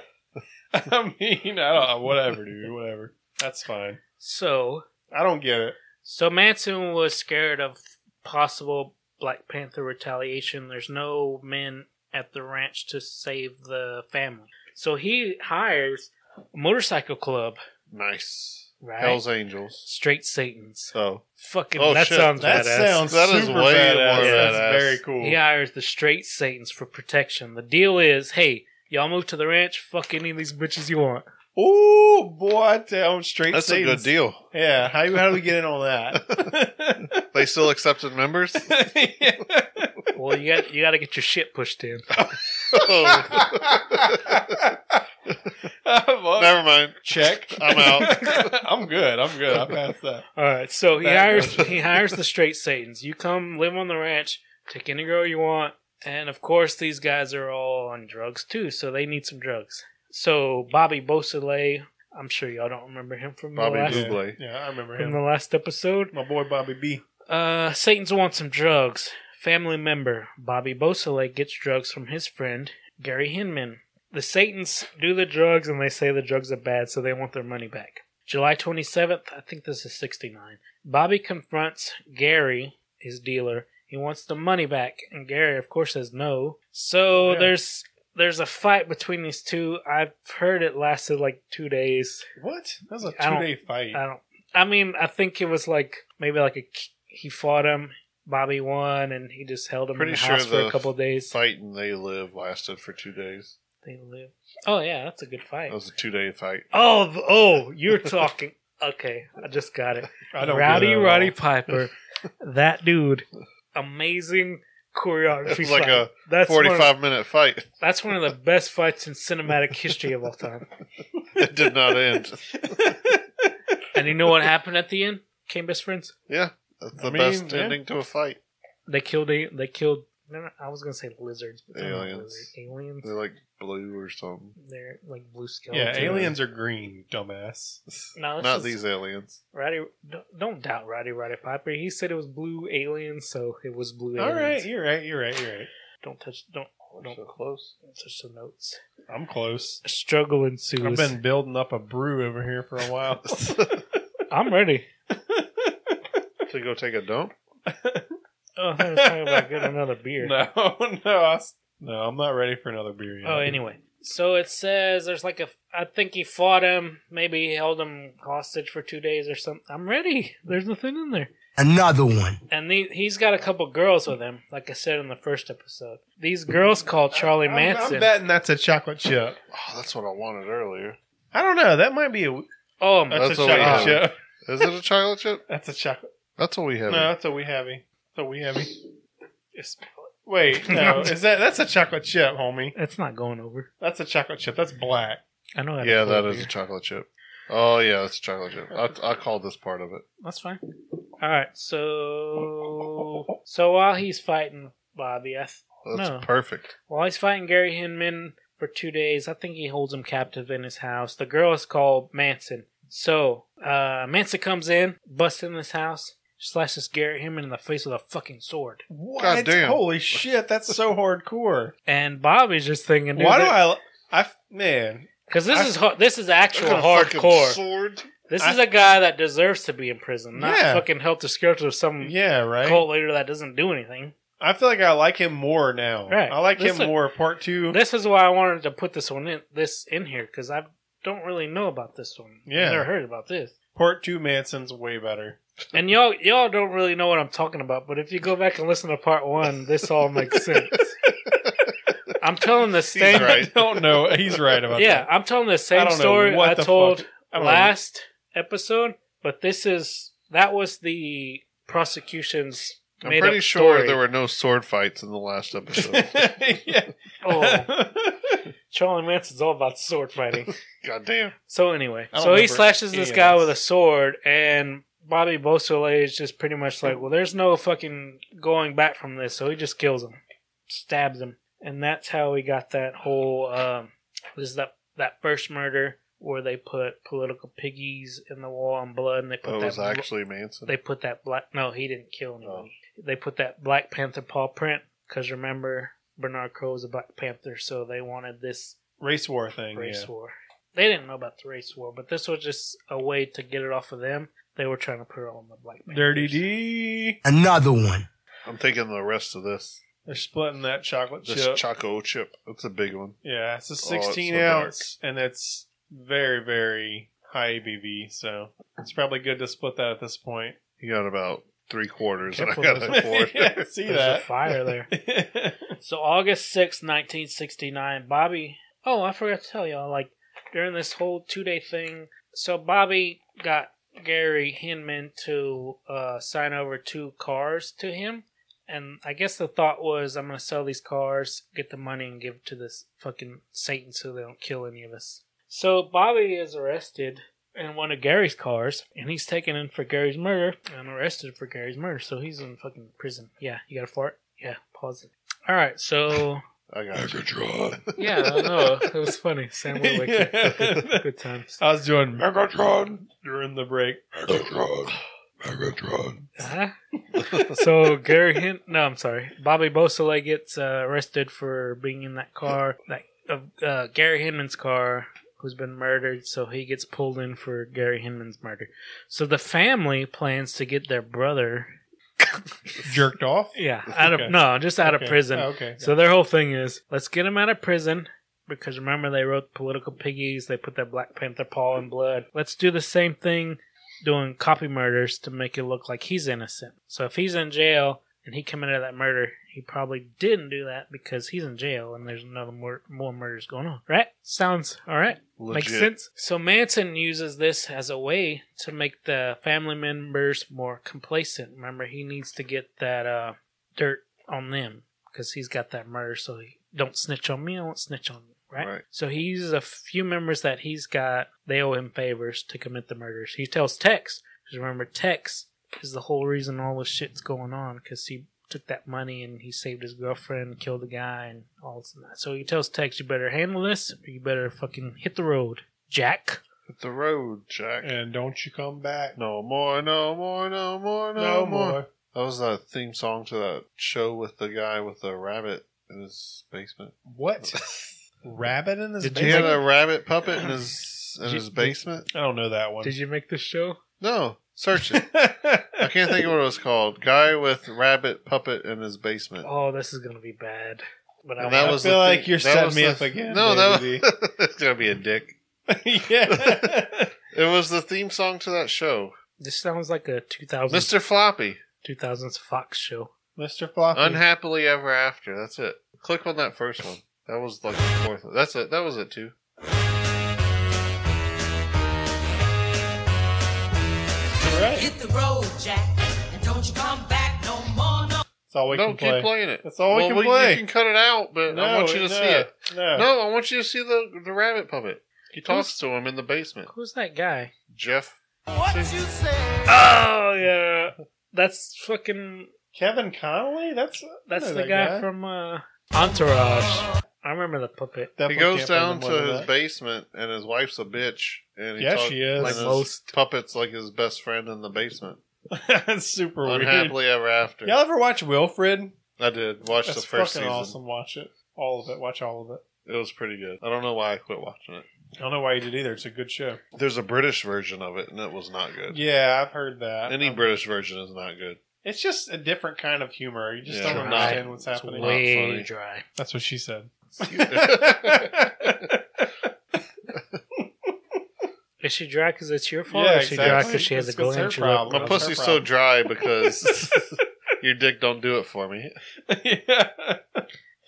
S1: mean, I don't. Whatever, dude. Whatever. That's fine.
S4: So,
S1: I don't get it.
S4: so Manson was scared of possible Black Panther retaliation. There's no men at the ranch to save the family, so he hires a motorcycle club.
S3: nice.
S4: Right.
S3: Hell's Angels.
S4: Straight Satan's.
S3: So
S4: Fucking.
S3: Oh,
S4: that
S3: shit.
S4: sounds
S1: That
S4: badass.
S1: sounds
S3: That is
S1: super
S3: way
S1: badass.
S3: more badass.
S1: That's very cool.
S4: He hires the straight Satans for protection. The deal is, hey, y'all move to the ranch, fuck any of these bitches you want.
S1: Ooh, boy, I tell him straight.
S3: that's a good
S1: Satan's-
S3: deal.
S1: Yeah, how how do we get in on that?
S3: They still accepted members.
S4: Well, you got you got to get your shit pushed in.
S3: Oh,
S1: I'm up.
S3: never mind.
S1: Check.
S3: I'm out.
S1: I'm good. I'm good. I passed that.
S4: All right, so he
S1: That
S4: hires
S1: goes-
S4: he hires the straight Satans. You come live on the ranch, Take any girl you want. And of course, these guys are all on drugs too, so they need some drugs. So Bobby Beausoleil, I'm sure y'all don't remember him from
S3: Bobby
S4: the last
S3: Blue. Buble.
S1: Yeah, I remember
S4: from
S1: him.
S4: the last episode.
S1: My boy Bobby B.
S4: Uh, Satan's wants some drugs. Family member Bobby Beausoleil gets drugs from his friend Gary Hinman. The Satans do the drugs and they say the drugs are bad, so they want their money back. July 27th, I think this is 69. Bobby confronts Gary, his dealer. He wants the money back, and Gary, of course, says no. So
S1: Yeah.
S4: there's there's a fight between these two. I've heard it lasted like two days.
S1: What? That was a
S4: I don't-
S1: two-day fight.
S4: I don't. I mean, I think it was like maybe like a he fought him. Bobby won, and he just held him
S3: Pretty
S4: in the
S3: sure
S4: house for
S3: the
S4: a couple of days.
S3: Fight and They Live lasted for two days.
S4: They live. Oh yeah, that's a good fight.
S3: That was a two day fight.
S4: Oh, th- oh, you're talking. Okay, I just got it.
S1: I don't get uh, it
S4: Rowdy
S1: at all.
S4: Roddy Piper, that dude, amazing choreography.
S3: It was like
S4: fight.
S3: a
S4: that's one of-
S3: 45 minute fight.
S4: that's one of the best fights in cinematic history of all time.
S3: It did not end.
S4: And you know what happened at the end? Came best friends.
S3: Yeah, that's the
S1: I mean,
S3: best
S1: yeah.
S3: ending to a fight.
S4: They killed. A, they killed. No, no, I was gonna say lizards. but they're not
S3: Aliens.
S4: lizards. Aliens.
S3: They're like blue or something.
S4: They're like blue
S1: Yeah,
S4: skeletons.
S1: aliens are green, dumbass.
S4: No, this
S3: Not
S4: is-
S3: these aliens.
S4: Roddy, don't- don't doubt Roddy Roddy Piper. He said it was blue aliens, so it was blue
S1: All
S4: aliens.
S1: right, you're right, you're right, you're right.
S4: Don't touch. Don't don't
S3: close.
S4: touch the notes.
S1: I'm close.
S4: Struggle ensues.
S1: I've been building up a brew over here for a while.
S4: I'm ready.
S3: To go take a dump?
S4: Oh, I was talking about getting another beer.
S1: no, no, I s no, I'm not ready for another beer yet.
S4: Oh, anyway. So it says there's like a. I think he fought him. Maybe he held him hostage for two days or something. I'm ready. There's nothing in there.
S6: Another one.
S4: And the, he's got a couple girls with him, like I said in the first episode. These girls called Charlie
S1: I'm,
S4: Manson.
S1: I'm betting that's a chocolate chip.
S3: Oh, that's what I wanted earlier.
S1: I don't know. That might be a.
S4: oh, my
S1: That's,
S3: That's
S1: a
S3: what we
S1: chocolate
S3: have.
S1: chip.
S3: Is it a chocolate chip?
S1: That's a chocolate.
S3: That's what we have.
S1: No, that's a wee heavy. That's a wee heavy. Wait, no, is that that's a chocolate chip, homie?
S4: It's not going over.
S1: That's a chocolate chip. That's black.
S4: I know. how to
S3: yeah,
S4: pour
S3: that is
S4: beer.
S3: a chocolate chip. Oh, yeah, that's a chocolate chip. I, I called this part of it.
S4: That's fine. All right. So, so while he's fighting Bobby, I th-
S3: That's
S4: No.
S3: perfect.
S4: while he's fighting Gary Hinman for two days, I think he holds him captive in his house. The girl is called Manson. So, uh, Manson comes in, busts in this house, slashes Gary Hinman in the face with a fucking sword.
S1: What?
S3: damn.
S1: Holy shit! That's so hardcore.
S4: And Bobby's just thinking,
S1: Why do I? I man,
S4: Because this
S1: I-
S4: is ho- this is actual
S3: Look at a fucking
S4: hardcore.
S3: Sword.
S4: this
S1: I-
S4: is a guy that deserves to be in prison, not
S1: Yeah.
S4: fucking helter skelter of some
S1: yeah, right.
S4: cult leader that doesn't do anything.
S1: I feel like I like him more now.
S4: Right.
S1: I like
S4: This
S1: him
S4: look-
S1: more. Part two.
S4: This is why I wanted to put this one in this in here because I don't really know about this one.
S1: Yeah.
S4: I've never heard about this.
S1: Part two Manson's way better.
S4: And y'all y'all don't really know what I'm talking about, but if you go back and listen to part one, this all makes sense. I'm telling the
S3: He's
S4: same.
S1: I
S3: right.
S1: don't know. He's right about
S4: Yeah,
S1: that.
S4: I'm telling the
S1: I
S4: same
S1: don't know
S4: story
S1: what
S4: I
S1: the
S4: told
S1: fuck- I don't know.
S4: last episode, but this is that was the prosecution's.
S3: I'm
S4: made-up
S3: pretty sure
S4: story.
S3: there were no sword fights in the last episode.
S1: yeah.
S4: Oh, Charlie Manson's all about sword fighting.
S3: God damn.
S4: So anyway,
S1: I don't
S4: so he
S1: remember
S4: slashes
S1: any
S4: this
S1: of
S4: guy
S1: this.
S4: with a sword, and Bobby Beausoleil is just pretty much like, well, there's no fucking going back from this, so he just kills him, stabs him, and that's how we got that whole um, this is that that first murder where they put political piggies in the wall and blood, and they put
S1: Oh,
S3: That
S4: that
S3: was
S4: bl-
S3: actually Manson.
S4: they put that black no he didn't kill
S1: Oh.
S4: anybody. They put that Black Panther paw print because remember Bernard Crowe was a Black Panther, so they wanted this
S1: Race war thing.
S4: race
S1: yeah.
S4: war. They didn't know about the race war, but this was just a way to get it off of them. They were trying to put it on the Black Panthers.
S1: Dirty D.
S6: Another one.
S3: I'm thinking the rest of this.
S1: They're splitting that chocolate
S3: This
S1: chip.
S3: Choco chip. That's a big one.
S1: yeah, it's a
S3: so
S1: 16
S3: dark.
S1: ounce, and it's very, very high ABV. So it's probably good to split that at this point.
S3: You got about three quarters, and I
S4: Careful
S3: got
S4: with
S3: a quarter.
S1: yeah, see
S4: There's a fire there.
S1: that.
S4: So August sixth, nineteen 1969, Bobby. Oh, I forgot to tell y'all. Like during this whole two day thing, so Bobby got Gary Hinman to uh, sign over two cars to him, and I guess the thought was, I'm gonna sell these cars, get the money, and give it to this fucking Satan so they don't kill any of us. So Bobby is arrested in one of Gary's cars, and he's taken in for Gary's murder and arrested for Gary's murder. So he's in fucking prison. Yeah, you got a fart? Yeah, pause it. All right, so
S3: I got you.
S4: yeah, I know it was funny. Sam Witwicky,
S1: Yeah.
S4: good times.
S1: I was doing Megatron during the break.
S4: Huh? so Gary Hint, no, I'm sorry, Bobby Beausoleil gets uh, arrested for being in that car, that uh, uh, Gary Hinman's car, who's been murdered. So he gets pulled in for Gary Hinman's murder. So the family plans to get their brother,
S1: Jerked off?
S4: yeah, out of
S1: Okay.
S4: no, just out
S1: Okay.
S4: of prison.
S1: Oh, okay.
S4: So their whole thing is let's get him out of prison because remember they wrote political piggies. They put that Black Panther paw in blood. Let's do the same thing, doing copy murders to make it look like he's innocent. So if he's in jail and he committed that murder, he probably didn't do that because he's in jail and there's another more, more murders going on. Right? Sounds all right.
S3: Legit.
S4: Makes sense. So Manson uses this as a way to make the family members more complacent. Remember, he needs to get that uh, dirt on them because he's got that murder. So he don't snitch on me. I won't snitch on you. Right?
S3: Right.
S4: So he uses a few members that he's got. They owe him favors to commit the murders. He tells Tex because remember Tex is the whole reason all this shit's going on because he took that money and he saved his girlfriend, killed the guy, and all this and that. So he tells Tex, "You better handle this, or you better fucking hit the road, Jack."
S3: Hit the road, Jack.
S1: And don't you come back. Oh,
S3: No more, no more, no more, no,
S1: No
S3: more.
S1: more.
S3: That was the theme song to that show with the guy with the rabbit in his basement.
S1: What? Rabbit in his
S4: Did
S3: He
S4: you
S1: basement?
S3: had a rabbit puppet in his in
S4: Did-
S3: his basement.
S1: I don't know that one.
S4: Did you make this show?
S3: No, search it. I can't think of what it was called. Guy with rabbit puppet in his basement.
S4: Oh, this is gonna be bad. But I
S3: And
S1: that
S4: that
S1: I
S4: was
S1: feel
S3: the
S1: like
S3: thing-
S1: you're
S3: that
S1: setting
S3: was
S1: me
S3: the-
S1: up again,
S3: No, that
S1: baby.
S3: was, it's gonna be a dick.
S1: yeah.
S3: It was the theme song to that show,
S4: this sounds like a 2000s,
S3: Mister Floppy.
S4: 2000s Fox show.
S1: Mr. Floppy.
S3: Unhappily ever after. That's it. Click on that first one. That was like the fourth. One. That's it. That was it too.
S1: All right.
S6: Hit the road, Jack, and don't you come back no more. No.
S1: That's all we can
S3: Don't keep
S1: play.
S3: playing it.
S1: That's all we can play.
S3: You can cut it out, but I want you to
S1: no,
S3: see it.
S1: No.
S3: No, I want you to see the the rabbit puppet. He talks
S4: Who's-
S3: to him in the basement.
S4: Who's that guy?
S3: Jeff.
S6: What you say?
S4: Oh yeah, that's fucking.
S1: Kevin Connolly? That's
S4: That's
S1: I know
S4: the
S1: that
S4: guy, from uh, Entourage. I remember the puppet.
S1: Definitely
S3: he goes
S1: can't
S3: down
S1: put him
S3: to
S1: under
S3: his
S1: that.
S3: basement, and his wife's a bitch. And he
S1: Yeah,
S3: talk-
S1: she is.
S3: and
S1: Like
S3: his
S4: most.
S3: puppets, like his best friend in the basement.
S1: That's super weird.
S3: Unhappily ever after.
S1: Y'all ever watch Wilfred?
S3: I did watch
S1: That's
S3: the first
S1: fucking
S3: season.
S1: awesome. Watch it. All of it. Watch all of it.
S3: It was pretty good. I don't know why I quit watching it.
S1: I don't know why you did either. It's a good show.
S3: There's a British version of it, and it was not good.
S1: Yeah, I've heard that.
S3: Any
S1: Um,
S3: British version is not good.
S1: It's just a different kind of humor. You just
S3: Yeah.
S1: don't
S4: Dry.
S1: understand what's
S4: It's
S1: happening.
S4: way
S3: funny.
S4: dry.
S1: That's what she said.
S4: Is she dry because it's your fault,
S1: Yeah,
S4: or is she dry
S1: exactly.
S4: because she has a
S1: It's
S4: go
S1: her
S4: and she
S1: problem.
S3: My
S1: That's her
S3: pussy's so
S1: problem.
S3: dry because your dick don't do it for me.
S1: yeah.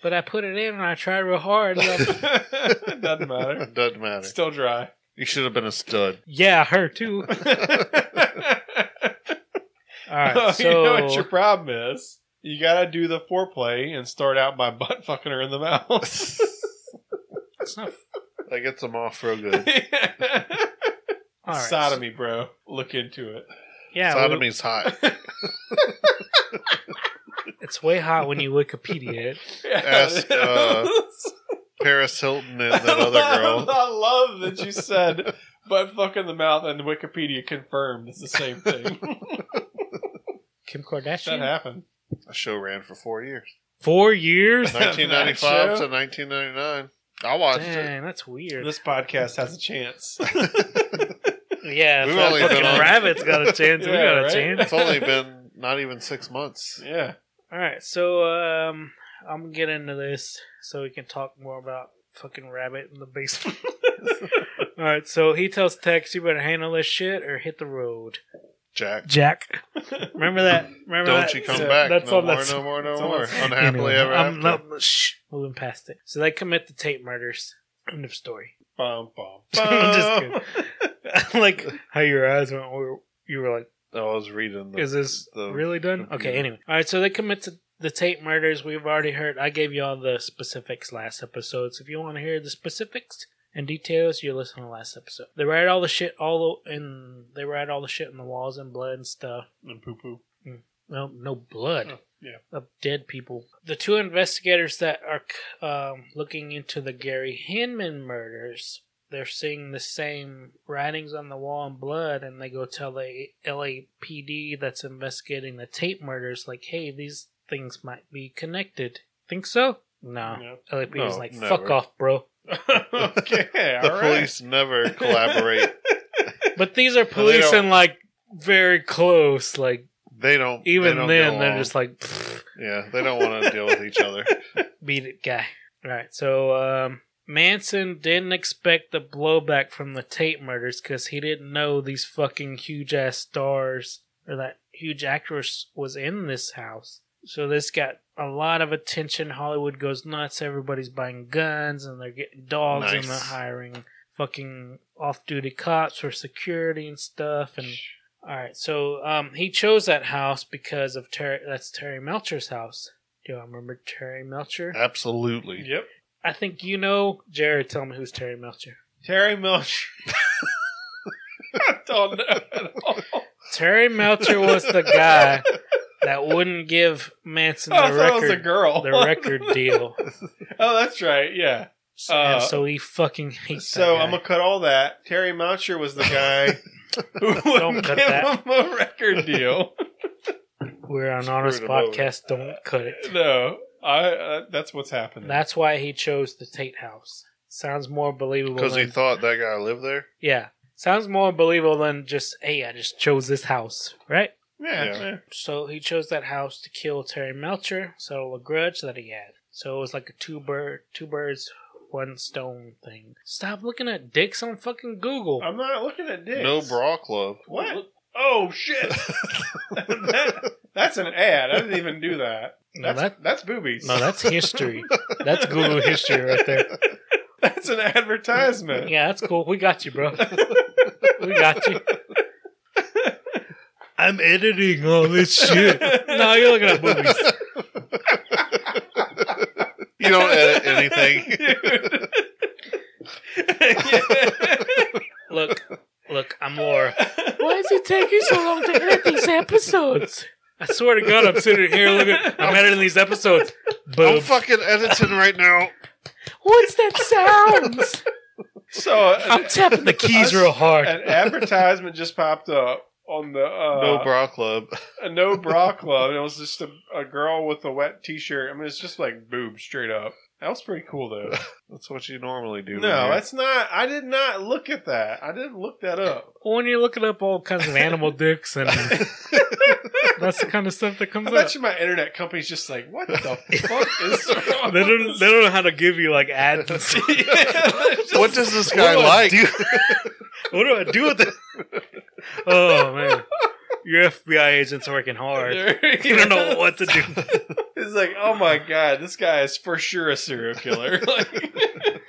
S4: But I put it in and I tried real hard.
S1: Doesn't matter.
S3: It doesn't matter.
S1: Still dry.
S3: You should have been a stud.
S4: yeah, her too. All
S1: Oh,
S4: right, so
S1: you know what your problem is. You gotta do the foreplay and start out by butt fucking her in the mouth.
S4: it's not
S3: That gets them off real good.
S4: all right.
S1: Sodomy, bro. Look into it.
S4: Yeah,
S3: Sodomy's hot.
S4: well, it's way hot when you Wikipedia it.
S3: Ask, uh, Paris Hilton and that other
S1: I,
S3: girl.
S1: love that you said butt fuck in the mouth and Wikipedia confirmed it's the same thing.
S4: Kim
S1: that
S4: Kardashian.
S1: happened.
S3: The show ran for four years.
S4: Four years.
S1: That
S3: 1995
S1: show?
S3: to 1999. I watched it.
S4: Dang, that's weird.
S1: This podcast has a chance.
S4: Yeah,
S3: We've
S4: if that
S3: only
S4: fucking
S3: been on-
S4: rabbit's got a chance. we
S1: Yeah,
S4: got a
S1: right?
S4: chance.
S3: It's only been not even six months.
S1: yeah.
S4: All right, so um, I'm gonna get into this so we can talk more about fucking rabbit in the basement. All right, so he tells Tex, "You better handle this shit or hit the road."
S3: Jack,
S4: Jack, remember that? Remember
S3: don't
S4: that?
S3: you come
S4: So
S3: back.
S4: That's
S3: no,
S4: all
S3: more,
S4: that's
S3: no more, no
S1: that's all
S3: more,
S1: that's-
S3: Unhappily
S4: Anyway,
S3: ever
S4: I'm
S3: after.
S4: no, shh, moving past it. So they commit the Tate murders. End of story.
S1: Bum, bum,
S4: I'm just
S1: bum.
S4: I like how your eyes went. Where you were like,
S3: Oh, I was reading. The,
S4: "Is this
S3: the-
S4: really done?"
S3: computer.
S4: Okay. Anyway, all right. So they commit to the Tate murders. We've already heard. I gave you all the specifics last episode. So if you want to hear the specifics and details, you listen to last episode. They write all the shit all o- in. They write all the shit in the walls and blood and stuff.
S1: And poo poo.
S4: Well, no blood.
S1: Yeah.
S4: of dead people. The two investigators that are c- um, looking into the Gary Hinman murders, they're seeing the same writings on the wall and blood, and they go tell the LAPD that's investigating the Tate murders, like, hey, these things might be connected. Think so? No.
S1: No.
S4: LAPD's
S3: No,
S4: like,
S3: never.
S4: fuck off, bro.
S1: okay,
S3: The
S1: all right.
S3: police never collaborate.
S4: But these are
S3: Well, they
S4: police
S3: don't-
S4: and like very close. Like
S3: they don't.
S4: even
S3: they don't
S4: then,
S3: get
S4: they're
S3: along.
S4: just like "Pfft,
S3: yeah. They don't want to deal with each other.
S4: beat it, guy. All right. So um, Manson didn't expect the blowback from the Tate murders because he didn't know these fucking huge ass stars or that huge actress was in this house. So this got a lot of attention. Hollywood goes nuts. Everybody's buying guns and they're getting dogs and
S3: Nice.
S4: they're hiring fucking off-duty cops for security and stuff. And all right, so um, he chose that house because of Terry. That's Terry Melcher's house. Do I remember Terry Melcher?
S3: Absolutely.
S1: Yep.
S4: I think you know. Jared, tell me who's Terry Melcher.
S1: Terry Milch. I don't know at all.
S4: Terry Melcher was the guy that wouldn't give Manson
S1: I
S4: the
S1: thought it Oh, was a
S4: record,
S1: girl.
S4: the record deal.
S1: oh, that's right. Yeah. Uh,
S4: and so he fucking hates
S1: So
S4: that
S1: I'm
S4: guy.
S1: gonna cut all that. Terry Melcher was the guy who
S4: Don't
S1: would
S4: cut
S1: give
S4: that.
S1: him a record deal.
S4: We're on honest
S3: him over.
S4: podcast. Don't cut it.
S1: no, I. Uh, that's what's happening.
S4: That's why he chose the Tate house. Sounds more believable.
S3: Because he
S4: than-
S3: thought that guy lived there.
S4: yeah, sounds more believable than just hey, I just chose this house, right?
S1: yeah.
S3: Yeah.
S1: yeah.
S4: So he chose that house to kill Terry Melcher, settle a grudge that he had. So it was like a two bird, two birds, one stone thing. Stop looking at dicks on fucking Google.
S1: I'm not looking at dicks.
S3: No bra club.
S1: What? Oh shit! That- that's an ad. I didn't even do that.
S4: No,
S1: That's
S4: that-
S1: that's boobies.
S4: no, that's history. that's Google history right there.
S1: that's an advertisement.
S4: Yeah, that's cool. We got you, bro. We got you. I'm editing all this shit. no, you're looking at boobies.
S3: You don't edit anything.
S1: Dude.
S4: Look, look, I'm Laura. Why does it take you so long to edit these episodes? I swear to God, I'm sitting here looking. I'm editing these episodes.
S3: I'm
S4: Boom.
S3: fucking editing right now.
S4: What's that sound?
S1: so
S4: I'm
S1: an,
S4: tapping the keys real hard.
S1: an advertisement just popped up on the uh,
S3: No bra club.
S1: a no bra club, and it was just a, a girl with a wet T-shirt. I mean, it's just like boob straight up. That was pretty cool though.
S3: That's what you normally do.
S1: No,
S3: man.
S1: that's not. I did not look at that. I didn't look that up.
S4: When you're looking up all kinds of animal dicks, and that's the kind of stuff that
S1: I
S4: comes up.
S1: bet you my internet company's just like, what the fuck is wrong?
S4: They
S1: with
S4: don't, they don't know how to give you like ads. and stuff.
S1: this?
S3: what does this guy
S4: What do I
S3: like?
S4: what do I do with it? Oh man, your FBI agent's working hard. You don't know what to do.
S1: It's like, oh my god, this guy is for sure a serial killer. Like,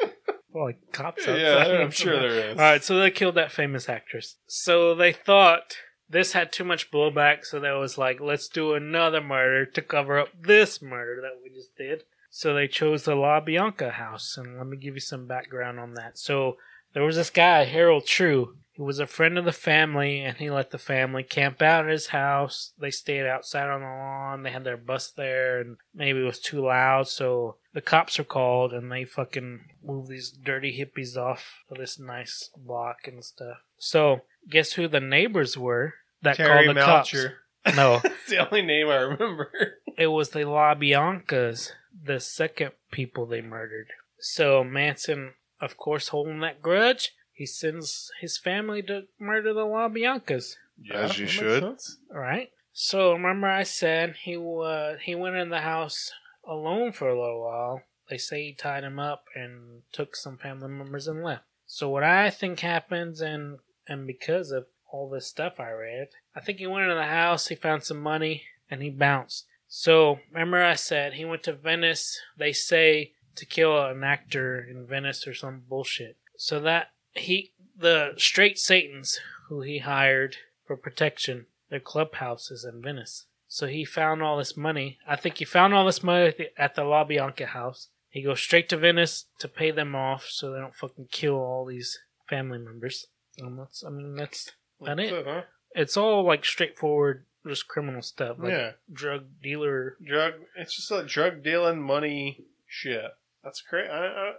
S4: Well, like cops.
S1: yeah, I'm sure there is.
S4: All right, so they killed that famous actress. So they thought this had too much blowback, so they was like, let's do another murder to cover up this murder that we just did. So they chose the La Bianca house, and let me give you some background on that. So there was this guy, Harold True, who was a friend of the family, and he let the family camp out at his house. They stayed outside on the lawn. They had their bus there, and maybe it was too loud, so the cops are called, and they fucking move these dirty hippies off of this nice block and stuff. So guess who the neighbors were that
S1: Terry
S4: called the
S1: Melcher.
S4: cops? No,
S1: It's the only name I remember.
S4: it was the La Biancas, the second people they murdered. So Manson, of course, holding that grudge, he sends his family to murder the La Biancas.
S3: As you
S1: that makes
S3: should.
S1: sense.
S4: All right. So remember, I said he was he went in the house alone for a little while. They say he tied him up and took some family members and left. So what I think happens, and and because of all this stuff I read, I think he went into the house. He found some money and he bounced. So remember, I said he went to Venice. They say to kill an actor in Venice or some bullshit. So that he the straight Satan's who he hired for protection. Their clubhouse is in Venice. So he found all this money. I think he found all this money at the, at the La Bianca house. He goes straight to Venice to pay them off so they don't fucking kill all these Um, family members. And that's, I mean, that's, that it.
S1: Huh?
S4: It's all like straightforward just criminal stuff, like
S1: yeah,
S4: drug dealer.
S1: drug. It's just like drug dealing, money, shit. That's crazy. I, I,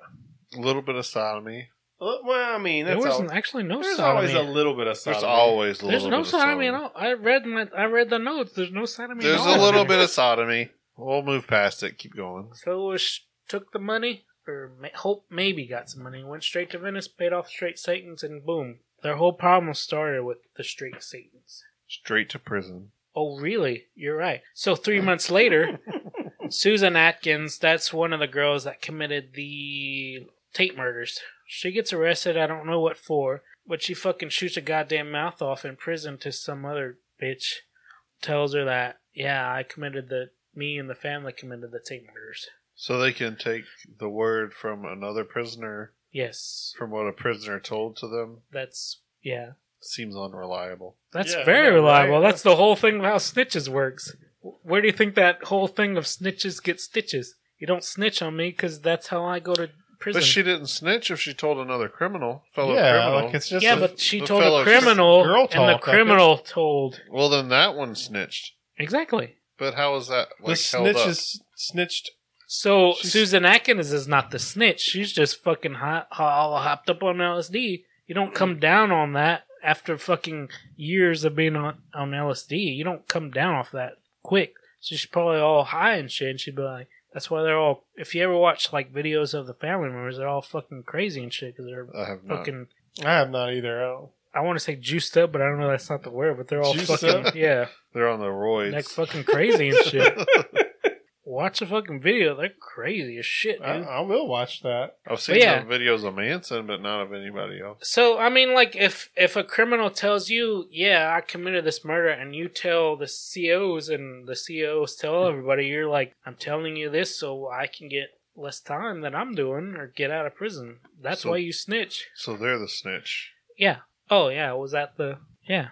S3: A little bit of sodomy.
S1: well, I mean,
S4: There
S1: that's all,
S4: wasn't actually no
S1: there's
S4: sodomy.
S1: always a little bit of sodomy.
S3: There's always a
S4: There's
S3: little
S4: no
S3: bit of
S4: sodomy at all. I read my, I read the notes. There's no sodomy.
S3: There's
S4: at all.
S3: a little bit of sodomy. We'll move past it. Keep going.
S4: So it was- took the money, or ma- Hope maybe got some money, went straight to Venice, paid off straight Satans, and boom. Their whole problem started with the straight Satans.
S3: Straight to prison.
S4: Oh, really? You're right. So three months later, Susan Atkins, that's one of the girls that committed the Tate murders. She gets arrested, I don't know what for, but she fucking shoots a goddamn mouth off in prison to some other bitch. Tells her that, yeah, I committed the, me and the family committed the Tate murders.
S3: So they can take the word from another prisoner,
S4: Yes.
S3: from what a prisoner told to them.
S4: That's yeah.
S3: Seems unreliable.
S4: That's
S1: Yeah,
S4: very
S1: I know, right?
S4: reliable. That's the whole thing of how snitches works. W- Where do you think that whole thing of snitches get stitches? You don't snitch on me because that's how I go to prison.
S3: But she didn't snitch if she told another criminal, fellow
S1: yeah,
S3: Oh, criminal.
S1: like it's just
S4: yeah,
S1: a-
S4: but she
S3: the
S4: told
S3: fellow
S4: a criminal,
S1: girl
S4: and the
S1: talk, I guess.
S4: criminal told
S3: well, then that one snitched.
S4: exactly.
S3: But how is that
S1: the
S3: like held
S1: snitch
S3: up?
S1: is snitched.
S4: So
S1: She's-
S4: Susan Atkins is not the snitch. She's just fucking hot, all hopped up on LSD. You don't come down on that after fucking years of being on, on LSD. You don't come down off that quick. So she's probably all high and shit. And she'd be like, that's why they're all. If you ever watch like videos of the family members, they're all fucking crazy and shit because
S1: Uh,
S4: they're
S3: I have not.
S4: fucking.
S1: I have not either. I don't.
S4: I want to say juiced up, but I don't know that's not the word. But they're all
S1: Juiced
S4: fucking
S1: up?
S4: yeah,
S3: They're on the roids.
S4: like fucking crazy and shit. Watch the fucking video. They're crazy as shit, dude.
S1: I, I will watch that.
S3: I've seen
S4: yeah.
S3: some videos of Manson, but not of anybody else.
S4: So I mean, like if if a criminal tells you, "Yeah, I committed this murder," and you tell the COs and the COs tell everybody, you're like, "I'm telling you this so I can get less time than I'm doing or get out of prison." That's
S3: So-
S4: why you snitch.
S3: So they're the snitch.
S4: Yeah. Oh yeah. Was that the yeah?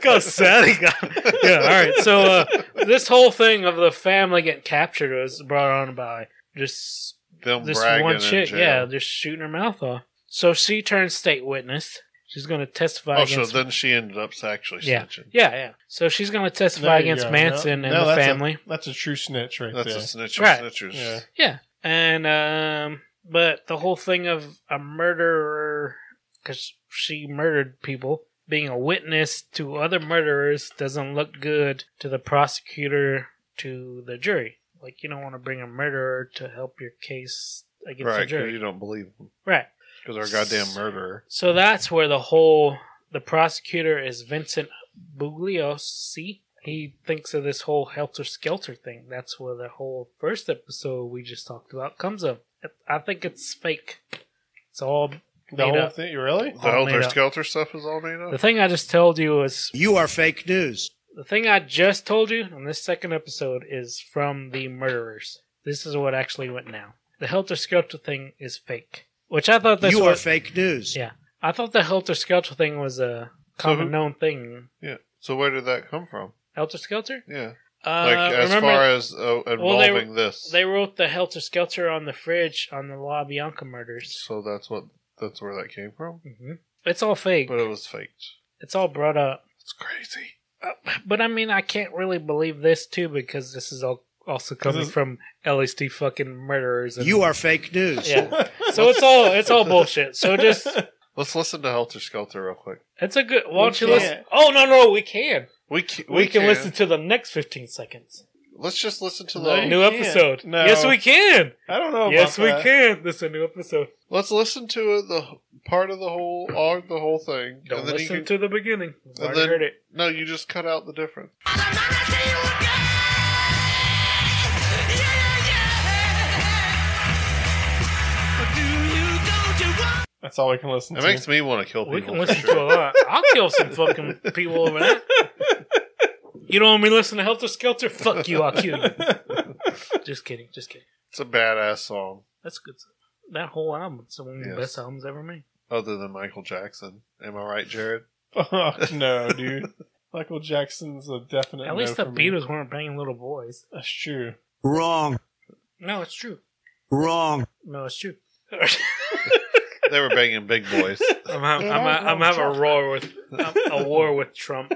S4: Go sad. he got- Yeah. All right. So uh, this whole thing of the family getting captured was brought on by just
S3: Them
S4: this
S3: bragging
S4: one
S3: in
S4: chick,
S3: jail.
S4: yeah, just shooting her mouth off. So she turns state witness. She's going to testify
S3: Oh, so
S4: against.
S3: then she ended up actually
S4: Yeah.
S3: snitching.
S4: yeah, yeah. So she's going to
S1: There
S4: testify
S1: you
S4: against
S1: go.
S4: Manson
S1: No-
S4: and
S1: no,
S4: the
S1: that's a-
S4: family.
S1: that's a true snitch right
S3: That's
S1: there.
S3: a snitch of
S4: Right.
S3: snitchers.
S1: Yeah.
S4: Yeah, and um, but the whole thing of a murderer because she murdered people being a witness to other murderers doesn't look good to the prosecutor to the jury. Like you don't want to bring a murderer to help your case against the
S3: Right, 'cause
S4: jury,
S3: you don't believe them.
S4: right?
S3: Because they're a goddamn murderer.
S4: So that's where the whole the prosecutor is Vincent Bugliosi. He thinks of this whole helter skelter thing. That's where the whole first episode we just talked about comes of. I think it's fake. It's all
S1: The
S4: made
S1: whole
S4: up.
S1: thing, really?
S3: The
S4: All made
S3: helter
S4: up.
S3: skelter stuff is all made up?
S4: The thing I just told you is
S6: You are fake news.
S4: the thing I just told you on this second episode is from the murderers. This is what actually went now. The helter skelter thing is fake, which I thought that's
S6: You are
S4: what,
S6: fake news.
S4: yeah. I thought the helter skelter thing was a common
S3: who-
S4: known thing.
S3: Yeah. So where did that come from?
S4: Helter Skelter?
S3: Yeah.
S4: Uh,
S3: Like as
S4: remember,
S3: far as uh, involving
S4: well, they-
S3: this.
S4: they wrote the Helter Skelter on the fridge on the La Bianca murders.
S3: so that's what that's where that came from.
S4: hmm It's all fake.
S3: But it was faked.
S4: It's all brought up.
S3: It's crazy.
S4: But I mean, I can't really believe this too because this is all also coming
S1: is-
S4: from LSD fucking murderers. And,
S6: You are fake news.
S4: yeah. so it's all it's all bullshit. So just
S3: Let's listen to Helter Skelter real quick.
S4: it's a good. Why don't you
S1: can't.
S4: listen? Oh no, no, we can.
S3: We can,
S4: We, can, listen to the next fifteen seconds.
S3: Let's just listen to
S1: No,
S3: the
S1: We you-
S4: New
S1: can't.
S4: episode.
S1: No.
S4: Yes, we can.
S1: I don't know.
S4: Yes,
S1: about
S4: we
S1: that.
S4: can. This is a new episode.
S3: Let's listen to it, the h- part of the whole all the whole thing.
S4: Don't
S3: you
S4: listen
S3: can-
S4: to the beginning. I've
S3: and
S4: already
S3: then-
S4: heard it.
S3: No, you just cut out the difference.
S1: That's all we can listen
S3: It
S1: to.
S3: makes me want to kill people.
S4: We can
S3: for
S4: listen
S3: sure.
S4: to a lot. I'll kill some fucking people over that. You don't want me listening to Helter Skelter? Fuck you, I'll kill you. Just kidding, just kidding.
S3: It's a badass song,
S4: That's good. stuff. That whole album, it's one of the
S3: Yes.
S4: best albums ever made.
S3: other than Michael Jackson. Am I right, Jared?
S1: Fuck no, dude. Michael Jackson's a definite.
S4: At least
S1: no
S4: the
S1: for me.
S4: Beatles weren't banging little boys.
S1: That's true.
S6: Wrong.
S4: No, it's true.
S6: Wrong.
S4: No, it's true.
S3: They were banging big boys.
S4: I'm, ha- I'm, ha- I'm having a roar with I'm, a war with Trump.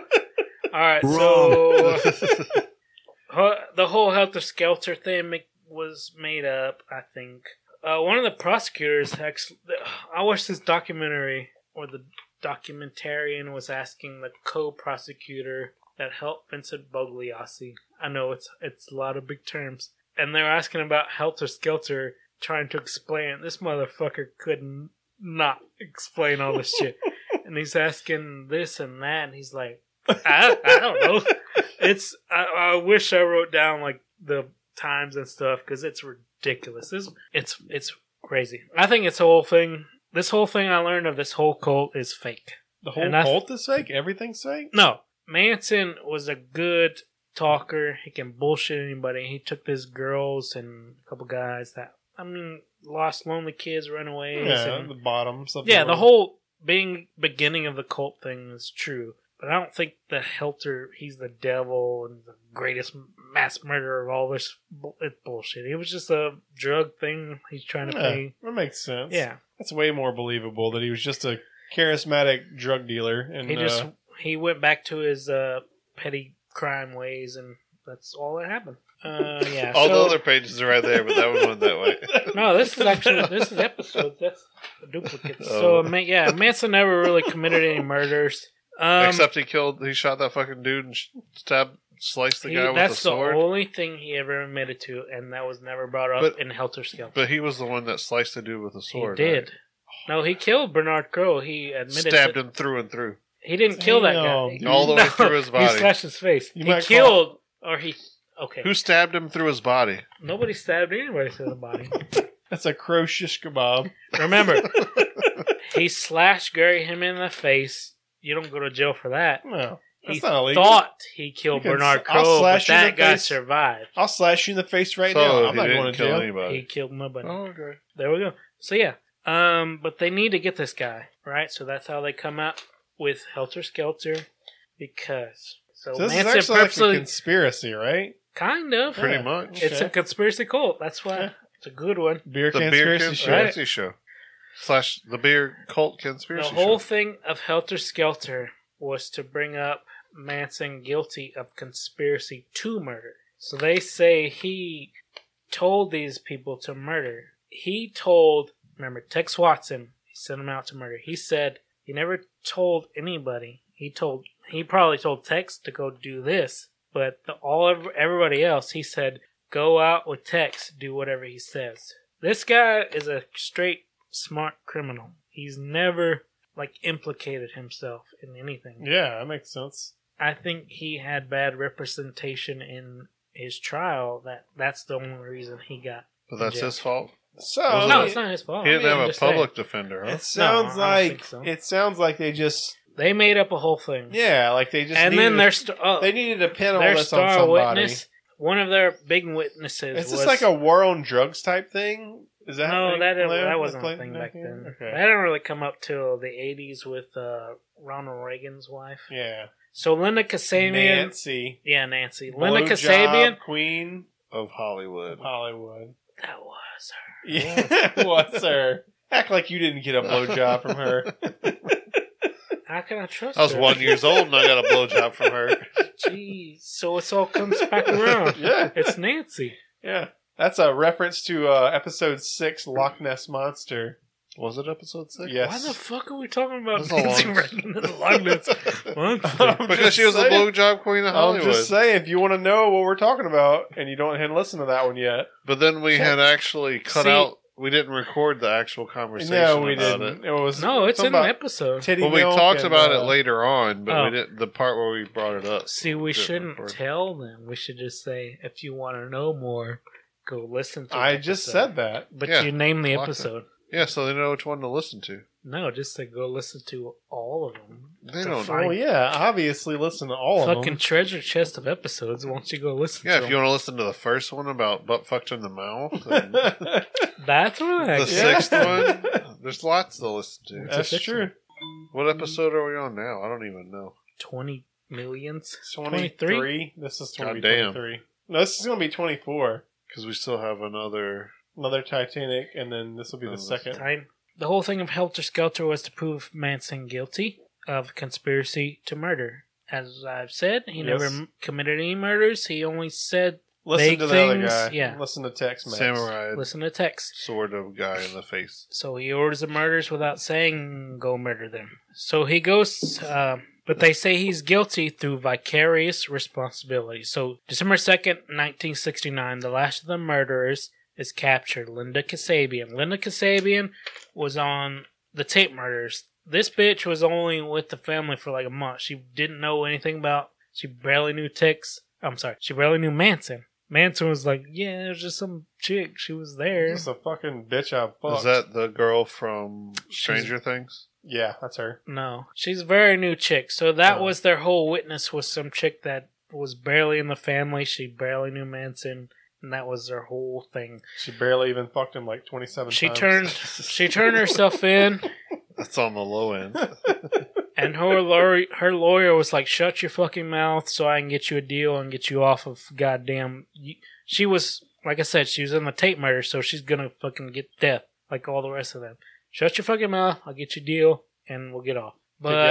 S4: All right, so Huh, the whole helter skelter thing ma- was made up. I think uh, one of the prosecutors. Ex- I watched this documentary, or the documentarian was asking the co-prosecutor that helped Vincent Bogliassi. I know it's it's a lot of big terms, and they were asking about helter skelter, trying to explain. This motherfucker couldn't not explain all this shit, and he's asking this and that, and he's like, I, I don't know it's I, I wish I wrote down like the times and stuff because it's ridiculous. It's, it's it's crazy. I think it's the whole thing. This whole thing I learned of this whole cult is fake.
S1: The whole
S4: And I-
S1: cult is fake. Everything's fake.
S4: No, Manson was a good talker. He can bullshit anybody. He took these girls and a couple guys that I mean lost lonely kids, runaways.
S1: Yeah,
S4: and,
S1: the bottom. stuff.
S4: yeah, the whole being beginning of the cult thing is true, but I don't think the Helter he's the devil and the greatest mass murderer of all this. bu- It's bullshit. It was just a drug thing he's trying to
S1: Yeah,
S4: pay.
S1: that makes sense.
S4: Yeah,
S1: that's way more believable that he was just a charismatic drug dealer and
S4: he just
S1: uh,
S4: he went back to his uh, petty crime ways, and that's all that happened. Uh, yeah.
S3: All
S4: so-
S3: the other pages are right there, but that one went that way.
S4: No, this is actually this is episode. That's a duplicate. So
S3: Oh.
S4: ma- yeah, Manson never really committed any murders. Um,
S3: Except he killed, he shot that fucking dude and sh- stabbed, sliced the
S4: He-
S3: guy with a
S4: that's
S3: sword.
S4: the only thing he ever admitted to, and that was never brought up
S3: But-
S4: in Helter Skelter.
S3: but he was the one that sliced the dude with a
S4: He
S3: sword.
S4: did. No, he killed Bernard Crowe. He
S3: right?
S4: admitted
S3: Oh, Stabbed
S4: to-
S3: him through and through.
S4: He didn't kill that
S1: Damn,
S4: guy.
S1: dude.
S3: All the way
S4: No,
S3: through his body.
S4: He slashed his face.
S1: You
S4: he
S1: might
S4: killed, or he. Okay.
S3: Who stabbed him through his body?
S4: Nobody stabbed anybody through the body.
S1: that's a crocious kebab.
S4: Remember, he slashed Gary him in the face. You don't go to jail for that.
S1: No, that's
S4: He
S1: not illegal.
S4: thought he killed
S1: You can-
S4: Bernard
S1: I'll
S4: Crowe, but
S1: slash you in
S4: that
S1: the
S4: guy
S1: face.
S4: survived.
S1: I'll slash you in the face right
S3: so
S1: now. I'm
S3: he
S1: not
S3: didn't
S1: going to
S3: kill
S1: jail.
S3: anybody.
S4: He killed nobody.
S3: Oh, okay.
S4: There we go. So yeah, um, but they need to get this guy right. So that's how they come out with Helter Skelter, because so,
S1: So this is
S4: Manson
S1: actually like a
S4: purposely
S1: conspiracy, right?
S4: kind of
S3: Pretty
S1: Yeah.
S3: much.
S4: it's a
S1: Okay.
S4: conspiracy cult. That's why it's a good one.
S1: Beer
S3: The beer
S1: conspiracy show.
S3: conspiracy show. Slash the beer cult
S4: The
S3: conspiracy
S4: whole
S3: show.
S4: thing of Helter Skelter was to bring up Manson guilty of conspiracy to murder. So they say he told these people to murder. He told, remember, Tex Watson, he sent him out to murder. He said he never told anybody. He told, he probably told Tex to go do this, but the, all of everybody else, he said, go out with Tex, do whatever he says. This guy is a straight smart criminal. He's never like implicated himself in anything.
S1: Yeah, that makes sense.
S4: I think he had bad representation in his trial. That that's the only reason he got.
S3: But that's
S4: Yeah.
S3: his fault.
S1: So
S3: Oh,
S4: no,
S3: yeah.
S4: it's not his fault.
S3: he didn't
S4: I mean,
S3: have
S4: I'm
S3: a
S4: just saying.
S3: public defender, huh?
S1: it sounds
S4: No, I
S1: like
S4: don't think so.
S1: it sounds like they just
S4: They made up a whole thing.
S1: yeah, like they just
S4: and
S1: needed
S4: then
S1: to-
S4: their st- oh,
S1: they needed to pin all
S4: their
S1: this on
S4: star
S1: somebody.
S4: witness, one of their big witnesses.
S1: Is
S4: was-
S1: this like a war on drugs type thing? Is that
S4: no,
S1: like,
S4: that didn't-
S1: Blair-
S4: that wasn't
S1: Blair-
S4: a thing
S1: no,
S4: back
S1: yeah,
S4: then.
S1: Okay.
S4: That didn't really come up till the '80s with uh, Ronald Reagan's wife.
S1: yeah.
S4: So Linda Kasabian,
S1: Nancy.
S4: yeah, Nancy, Linda
S1: Blowjob
S4: Kasabian,
S1: Queen
S3: Of Hollywood.
S1: of Hollywood.
S4: that was her.
S1: Yeah, what's her? Act like you didn't get a blowjob from her.
S4: How can I trust?
S3: I was
S4: her?
S3: one years old and I got a blowjob from her.
S4: Jeez, so it's all comes back around.
S1: Yeah,
S4: It's Nancy.
S1: yeah. That's a reference to uh, episode six, Loch Ness Monster.
S3: Was it episode six?
S1: Yes.
S4: Why the fuck are we talking about
S3: That's a
S4: Nancy
S3: long-
S4: Reagan and the Loch Ness?
S1: I'm
S3: because
S1: just
S3: she was the
S1: saying-
S3: blowjob queen of
S1: I'm
S3: Hollywood.
S1: just saying, if you want to know what we're talking about and you don't hadn't listened to that one yet,
S3: But then we had actually cut
S4: See-
S3: out. We didn't record the actual conversation
S1: no, we
S3: about
S1: didn't.
S3: it.
S1: It, was
S4: No, it's
S1: something
S4: in an
S1: about
S4: episode.
S1: titty
S3: Well, we
S1: milk
S3: talked
S1: and,
S3: about
S1: uh,
S3: it later on, but
S4: Oh.
S3: we didn't. The part where we brought it up.
S4: See, we
S3: Didn't
S4: shouldn't
S3: record.
S4: tell them. We should just say, if you want to know more, go listen to.
S1: I
S4: the
S1: just
S4: episode."
S1: said that.
S4: but
S3: Yeah,
S4: you name the
S3: fuck it.
S4: episode.
S3: Yeah, so they know which one to listen to.
S4: No, just say go listen to all of them.
S3: They
S4: To
S3: don't.
S4: find-
S1: Well, yeah, obviously, listen to all of
S4: Fucking
S1: them.
S4: treasure chest of episodes. Won't you go listen?
S3: Yeah,
S4: to
S3: if you want to listen to the first one about butt fucked in the mouth, uh, and the
S4: them. that's right.
S3: sixth one, there's lots to listen to.
S1: That's
S4: It's a
S1: true.
S3: What episode are we on now? I don't even know.
S4: Twenty millions.
S1: 23. This is
S3: God
S1: 23. No, this is going to be 24.
S3: Because we still have another.
S1: Another Titanic, and then this will be
S3: Oh,
S1: the
S3: this-
S1: second.
S4: time. The whole thing of Helter Skelter was to prove Manson guilty of conspiracy to murder. as I've said, he
S1: Yes.
S4: never m- committed any murders. He only said,
S1: Listen
S4: Big
S1: to the other
S4: things,
S1: guy.
S4: yeah.
S1: Listen to Tex Mex.
S3: Samurai
S4: listen to text.
S3: sword of guy in the face.
S4: So he orders the murders without saying, go murder them. So he goes, uh, but they say he's guilty through vicarious responsibility. So December 2nd, 1969, the last of the murderers is captured, Linda Kasabian. Linda Kasabian was on the tape murders. This bitch was only with the family for like a month. She didn't know anything about, she barely knew Tex. I'm sorry, she barely knew Manson. Manson was like, yeah, it was just some chick. She was there.
S1: This is a fucking bitch I fucked.
S3: Is that the girl from Stranger Things?
S1: Yeah, that's her.
S4: No, she's a very new chick. So that
S1: Oh.
S4: was their whole witness was some chick that was barely in the family. She barely knew Manson, and that was their whole thing.
S1: She barely even fucked him like twenty seven.
S4: She
S1: times.
S4: turned, she turned herself in,
S3: That's on the low end.
S4: and her lawyer, her lawyer was like, "Shut your fucking mouth, so I can get you a deal and get you off of goddamn." You. She was, like I said, she was in the tape murder, so she's gonna fucking get death, like all the rest of them. Shut your fucking mouth. I'll get you a deal, and we'll get off. But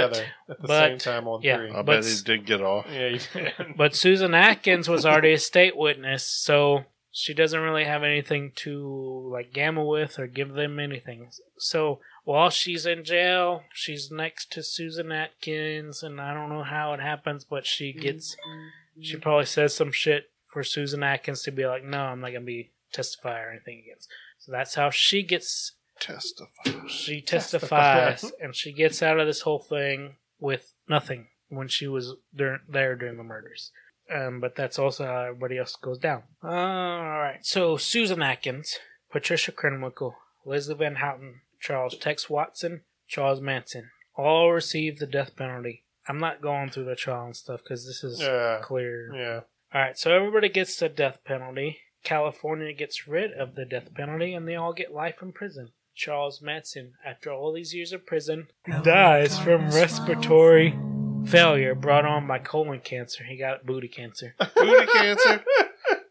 S1: together at the
S4: but-
S1: same time on
S4: yeah.
S1: three.
S3: I
S4: But-
S3: bet he did get off.
S1: Yeah, you can.
S4: But Susan Atkins was already a state witness, so she doesn't really have anything to like gamble with or give them anything. So while she's in jail, she's next to Susan Atkins, and I don't know how it happens, but she gets she probably says some shit for Susan Atkins to be like, "No, I'm not gonna be testify or anything against." So that's how she gets
S3: Testify.
S4: she testifies, and she gets out of this whole thing with nothing when she was dur- there during the murders. Um, but that's also how everybody else goes down. all right. So Susan Atkins, Patricia Krenwinkel, Leslie Van Houten, Charles Tex Watson, Charles Manson, all received the death penalty. I'm not going through the trial and stuff because this is
S1: yeah,
S4: clear.
S1: yeah.
S4: All right, so everybody gets the death penalty. California gets rid of the death penalty, and they all get life in prison. Charles Manson, after all these years of prison, dies from respiratory failure brought on by colon cancer. He got booty cancer.
S3: Booty cancer.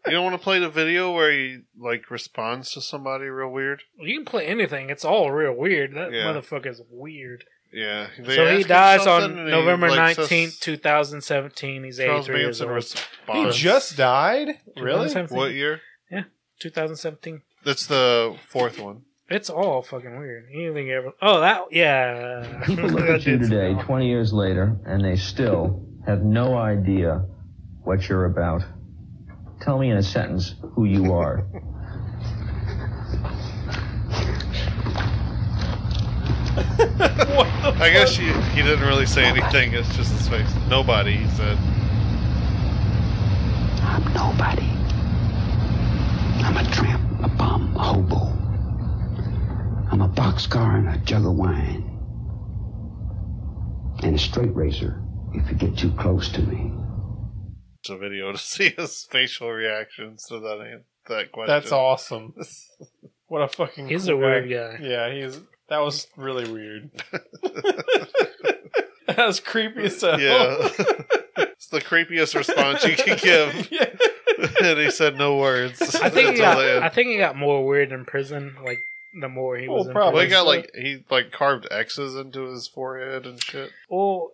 S3: You don't want to play the video where he like responds to somebody real weird.
S4: you can play anything; it's all real weird. That
S3: Yeah.
S4: motherfucker's weird.
S3: Yeah. they
S4: so
S3: ask
S4: he
S3: him
S4: dies
S3: something
S4: on
S3: and he,
S4: November
S3: like, says-
S4: nineteenth, two thousand seventeen. He's
S3: Charles
S4: eighty-three years
S3: Manson
S4: old.
S1: He
S3: responds.
S1: just died. Really?
S4: 2017.
S3: what year?
S4: 2017.
S3: That's the fourth one.
S4: It's all fucking weird. Anything ever? Oh, that yeah.
S7: People look
S4: That
S7: at you
S4: did
S7: today,
S4: sound-
S7: 20 years later, and they still have no idea what you're about. Tell me in a sentence who you are.
S3: I guess he, he didn't really say anything. It's just his face. Nobody, he said.
S8: I'm nobody. I'm a tramp, a bum, a hobo. I'm a boxcar and a jug of wine. And a straight razor if you get too close to me.
S3: It's a video to see his facial reactions to that an- that question.
S1: That's awesome. What a fucking.
S4: He's
S1: cool
S4: a weird
S1: guy.
S4: guy.
S1: Yeah, he's. That was really weird. that was creepy as hell.
S3: Yeah. it's the creepiest response you can give.
S1: Yeah.
S3: and he said no words.
S4: I think he
S3: Until
S4: got,
S3: the end.
S4: I think he got more weird in prison. Like the more he
S1: Well,
S4: was in
S1: probably.
S3: well, he
S4: prison.
S3: got like he like carved X's into his forehead and shit.
S4: Well,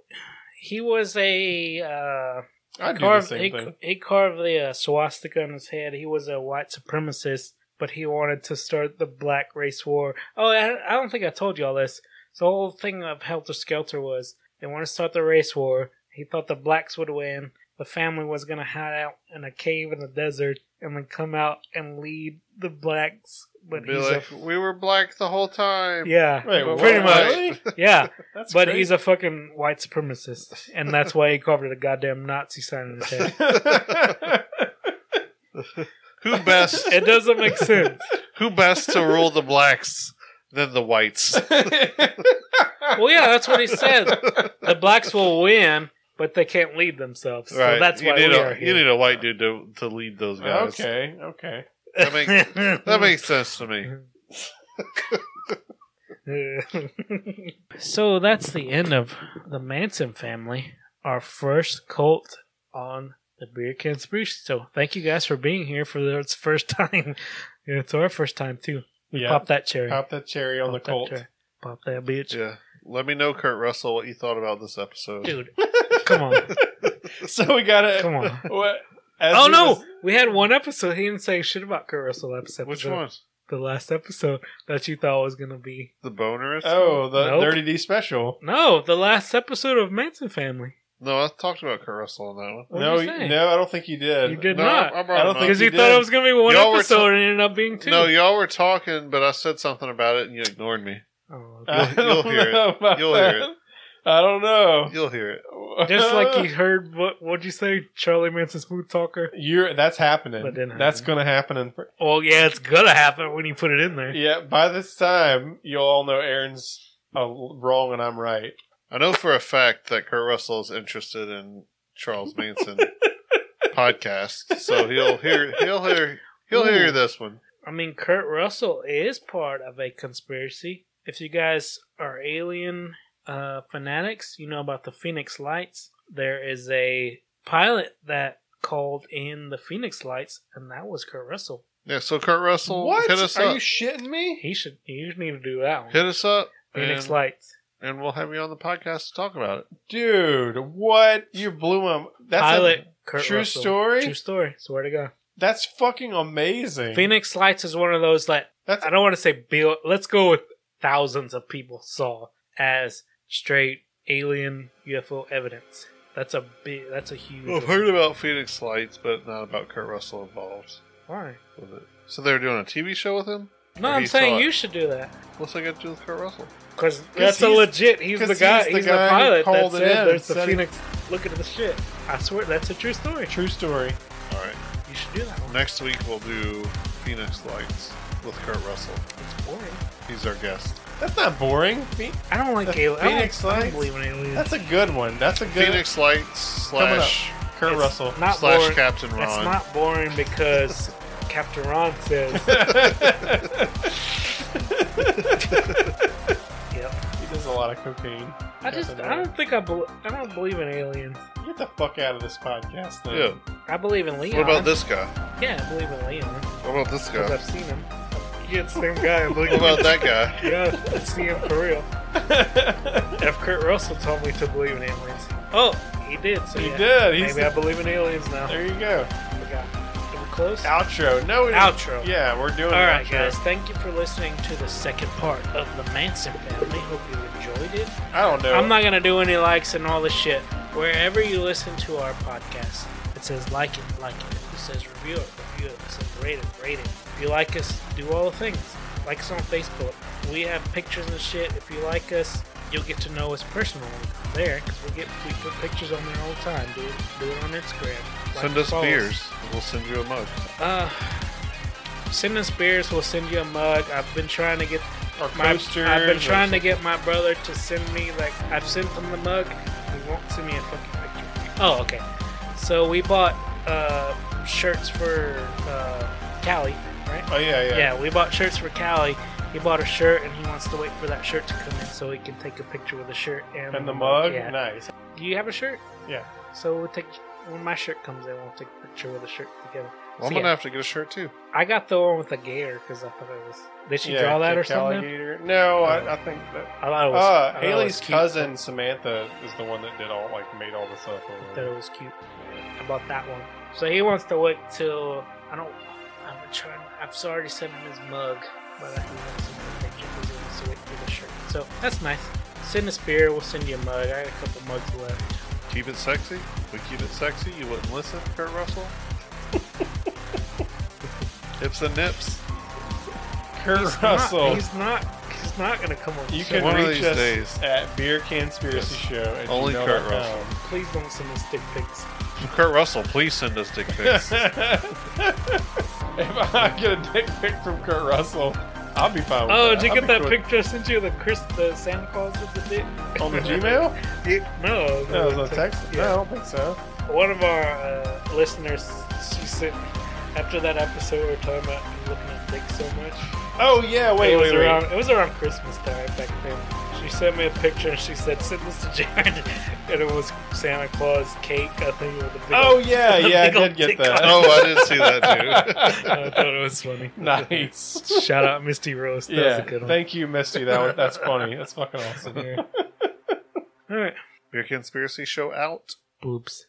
S4: he was a uh,
S1: I do the
S4: carved.
S1: same
S4: He,
S1: thing.
S4: he carved the uh, swastika on his head. He was a white supremacist, but he wanted to start the black race war. Oh, I, I don't think I told you all this. So the whole thing of Helter Skelter was they want to start the race war. He thought the blacks would win. The family was going to hide out in a cave in the desert and then come out and lead the blacks. But
S3: Be
S4: he's
S3: like,
S4: a,
S3: we were black the whole time.
S4: yeah,
S1: Wait, what?
S4: pretty much.
S1: Really?
S4: Yeah,
S1: That's
S4: but
S1: crazy.
S4: he's a fucking white supremacist, and that's why he carved a goddamn Nazi sign in his head.
S3: Who best?
S4: It doesn't make sense.
S3: who best to rule the blacks than the whites?
S4: Well, yeah, that's what he said. The blacks will win, but they can't lead themselves. So
S3: right.
S4: that's
S3: you
S4: why we
S3: need a
S4: are
S3: you
S4: here.
S3: need a white dude to to lead those guys.
S1: okay. Okay.
S3: That makes that makes sense to me.
S4: so that's the end of the Manson family, our first cult on the Beer Can Spruce. So thank you guys for being here for the it's first time. It's our first time too.
S1: Yeah.
S4: Pop that cherry.
S1: Pop that cherry on
S4: Pop
S1: the
S4: that
S1: Colt.
S4: cherry. Pop that bitch.
S3: Yeah. Let me know, Kurt Russell, what you thought about this episode.
S4: Dude, Come on.
S1: So we gotta.
S4: Come on.
S1: What, as
S4: Oh
S1: he
S4: no,
S1: was-
S4: we had one episode. He didn't say shit about Kurt Russell episode.
S3: Which
S4: the,
S3: one?
S4: The last episode that you thought was gonna be.
S3: The bonerist?
S1: oh, the
S4: Nope.
S1: Dirty D special.
S4: No, the last episode of Manson Family.
S3: No, I talked about Kurt Russell on that one.
S4: What
S1: no,
S4: did you say?
S1: no, I don't think you did.
S4: You did
S3: no,
S4: not.
S3: I brought
S1: I don't
S3: him up.
S1: think
S4: Because
S1: you
S4: you thought
S1: did.
S4: it was gonna be one
S3: Y'all were
S4: episode
S3: ta-
S4: and it ended up being two.
S3: No, y'all were talking, but I said something about it and you ignored me.
S4: Oh, okay.
S1: I
S3: You'll- you'll
S1: don't
S3: hear it.
S1: know about
S3: You'll hear
S1: that.
S3: it.
S1: I don't know.
S3: You'll hear it.
S4: Just like you heard what what'd you say, Charlie Manson Smooth Talker?
S1: You're that's happening.
S4: That didn't
S1: That's
S4: happen.
S1: going to happen. In, fr-
S4: Well yeah, it's gonna happen when you put it in there.
S1: yeah, by this time, you'll all know Aaron's uh, wrong and I'm right.
S3: I know for a fact that Kurt Russell is interested in Charles Manson podcast, so he'll hear he'll hear he'll hear
S4: Ooh.
S3: this one.
S4: I mean, Kurt Russell is part of a conspiracy. If you guys are alien uh, fanatics, you know about the Phoenix Lights. There is a pilot that called in the Phoenix Lights, and that was Kurt Russell.
S3: Yeah, so Kurt Russell, hit us
S1: Are
S3: up.
S1: you shitting me?
S4: He should. You need to do that one.
S3: hit us up,
S1: Um,
S4: Phoenix
S3: and,
S4: Lights.
S3: and we'll have you on the podcast to talk about it.
S1: Dude, what? You blew him. That's a-
S4: pilot. Kurt
S1: true
S4: Russell.
S1: story?
S4: True story. Swear to God.
S1: that's fucking amazing.
S4: Phoenix Lights is one of those like
S1: That's-
S4: I don't want to say bill. Let's go with thousands of people saw as straight alien UFO evidence. That's a big. That's a huge.
S3: Well, I've heard about Phoenix Lights, but not about Kurt Russell involved
S4: Why?
S3: with it. So they were doing a TV show with him.
S4: No,
S3: Or
S4: I'm
S3: he
S4: saying
S3: saw it.
S4: you should do that
S3: What's that got to do with Kurt Russell?
S4: because that's a
S1: he's-
S4: legit. He's the
S1: 'cause
S4: guy.
S1: he's
S4: He's
S1: the
S4: the,
S1: guy who
S4: pilot that
S1: called it in
S4: said there's
S1: and
S4: the
S1: said he-
S4: Phoenix. Look at the shit. I swear that's a true story.
S1: True story.
S3: All right,
S4: You should do that one.
S3: next week we'll do Phoenix Lights with Kurt Russell.
S4: It's boring.
S3: He's our guest.
S1: That's not boring. Phe-
S4: I don't like
S1: The
S4: aliens.
S1: Phoenix
S4: I don't, I
S1: Lights?
S4: don't believe in aliens.
S1: That's a good one. That's a good
S3: Phoenix Lights
S1: Coming up.
S3: slash
S1: Kurt
S4: It's
S1: Russell.
S4: Not
S3: slash
S4: boring.
S3: Captain Ron.
S4: It's not boring because Captain Ron says. yep.
S1: He does a lot of cocaine.
S4: I just I don't think I bel I don't believe in aliens.
S1: Get the fuck out of this podcast, then.
S3: Yeah.
S4: I believe in Leon.
S3: What about this guy?
S4: Yeah, I believe in Leon
S3: What about this
S4: because
S3: guy?
S4: I've seen him. Yeah, it's the same guy. I'm
S3: What
S4: looking
S3: about that guy?
S4: Yeah, I see him for real. if Kurt Russell told me to believe in aliens, oh, he did. So
S1: He
S4: yeah.
S1: did. He's
S4: Maybe I believe in aliens now.
S1: There you go.
S4: I forgot. Are we close?
S1: Outro. No, we
S4: Outro.
S1: Yeah, we're doing.
S4: All
S1: an
S4: right,
S1: outro.
S4: guys. Thank you for listening to the second part of the Manson family. Hope you enjoyed it.
S1: I don't know.
S4: I'm not gonna do any likes and all this shit. Wherever you listen to our podcast, it says like it, like it. It says review it, review it. It says rate it, rate it. If you like us, do all the things. Like us on Facebook. We have pictures and shit. If you like us, you'll get to know us personally there because we get we put pictures on there all the time. Do it, do it on Instagram. Like,
S3: Send us
S4: follow
S3: beers. We'll send you a mug.
S4: Uh, send us beers. We'll send you a mug. I've been trying to get
S1: Or
S4: my.
S1: posters
S4: I've
S1: or
S4: been trying to get my brother to send me like I've sent him the mug. He won't send me a fucking picture. Oh, okay. So we bought uh, shirts for uh, Callie, right?
S1: Oh yeah, yeah.
S4: Yeah, we bought shirts for Callie. He bought a shirt and he wants to wait for that shirt to come in so he can take a picture with the shirt and,
S1: And the mug.
S4: Yeah.
S1: Nice.
S4: Do you have a shirt?
S1: Yeah.
S4: So we'll take when my shirt comes in, we'll take a picture with the shirt together.
S3: Well, I'm
S4: So,
S3: gonna
S4: yeah.
S3: have to get a shirt too.
S4: I got the one with the gator because I thought it was. Did she
S1: yeah,
S4: draw that
S1: the
S4: or something?
S1: Alligator. No, I, I think that.
S4: I thought it was. I
S1: Uh,
S4: thought it
S1: Haley's
S4: was cute.
S1: cousin Samantha is the one that did all like made all this up. or
S4: I
S1: whatever.
S4: thought it was cute. I bought that one. So he wants to wait till I don't. I'm trying. I've already sent him his mug, but he wants to send the picture 'cause he wants to wait for the shirt. So that's nice. Send us beer. We'll send you a mug. I got a couple mugs left.
S3: Keep it sexy. We keep it sexy. You wouldn't listen, Kurt Russell. Hips and nips.
S1: Kurt
S4: He's not-
S1: Russell.
S4: he's not. He's not gonna come on. the
S1: you
S4: show.
S1: can
S3: One of
S1: reach
S3: these
S1: us
S3: days.
S1: at Beer Conspiracy
S3: Yes.
S1: Show. At
S3: Only
S1: gmail.com.
S3: Kurt Russell.
S4: please don't send us dick pics.
S3: Kurt Russell, please send us dick pics. Oh,
S1: if I get a dick pic from Kurt Russell, I'll be fine with
S4: Oh,
S1: that.
S4: did you
S1: I'll
S4: get
S1: be
S4: that
S1: cool with-
S4: picture I sent you? The Chris, the Santa Claus with the dick.
S1: on the Gmail?
S4: It- no,
S1: No, it was on text. Oh, No,
S4: Yeah.
S1: I don't think so.
S4: One of our uh, listeners, she sent after that episode we were talking about looking at dick so much.
S1: Oh yeah, wait,
S4: it was
S1: wait, wait.
S4: around it was around Christmas time back then. She sent me a picture and she said, "Send this to Jared," and it was Santa Claus cake. I think with a big.
S1: Oh
S4: old-
S1: yeah,
S4: the
S1: yeah, I
S4: big
S1: did
S4: old
S1: get
S4: dick
S1: that. Oh.
S4: on it.
S3: oh, I didn't see that dude.
S4: I thought it was funny.
S1: nice.
S4: Shout out Misty Rose. That was
S1: yeah,
S4: a good one.
S1: thank you, Misty. That was, that's funny. That's fucking awesome.
S4: All right.
S3: Beer Beer Conspiracy Show out.
S4: Boobs.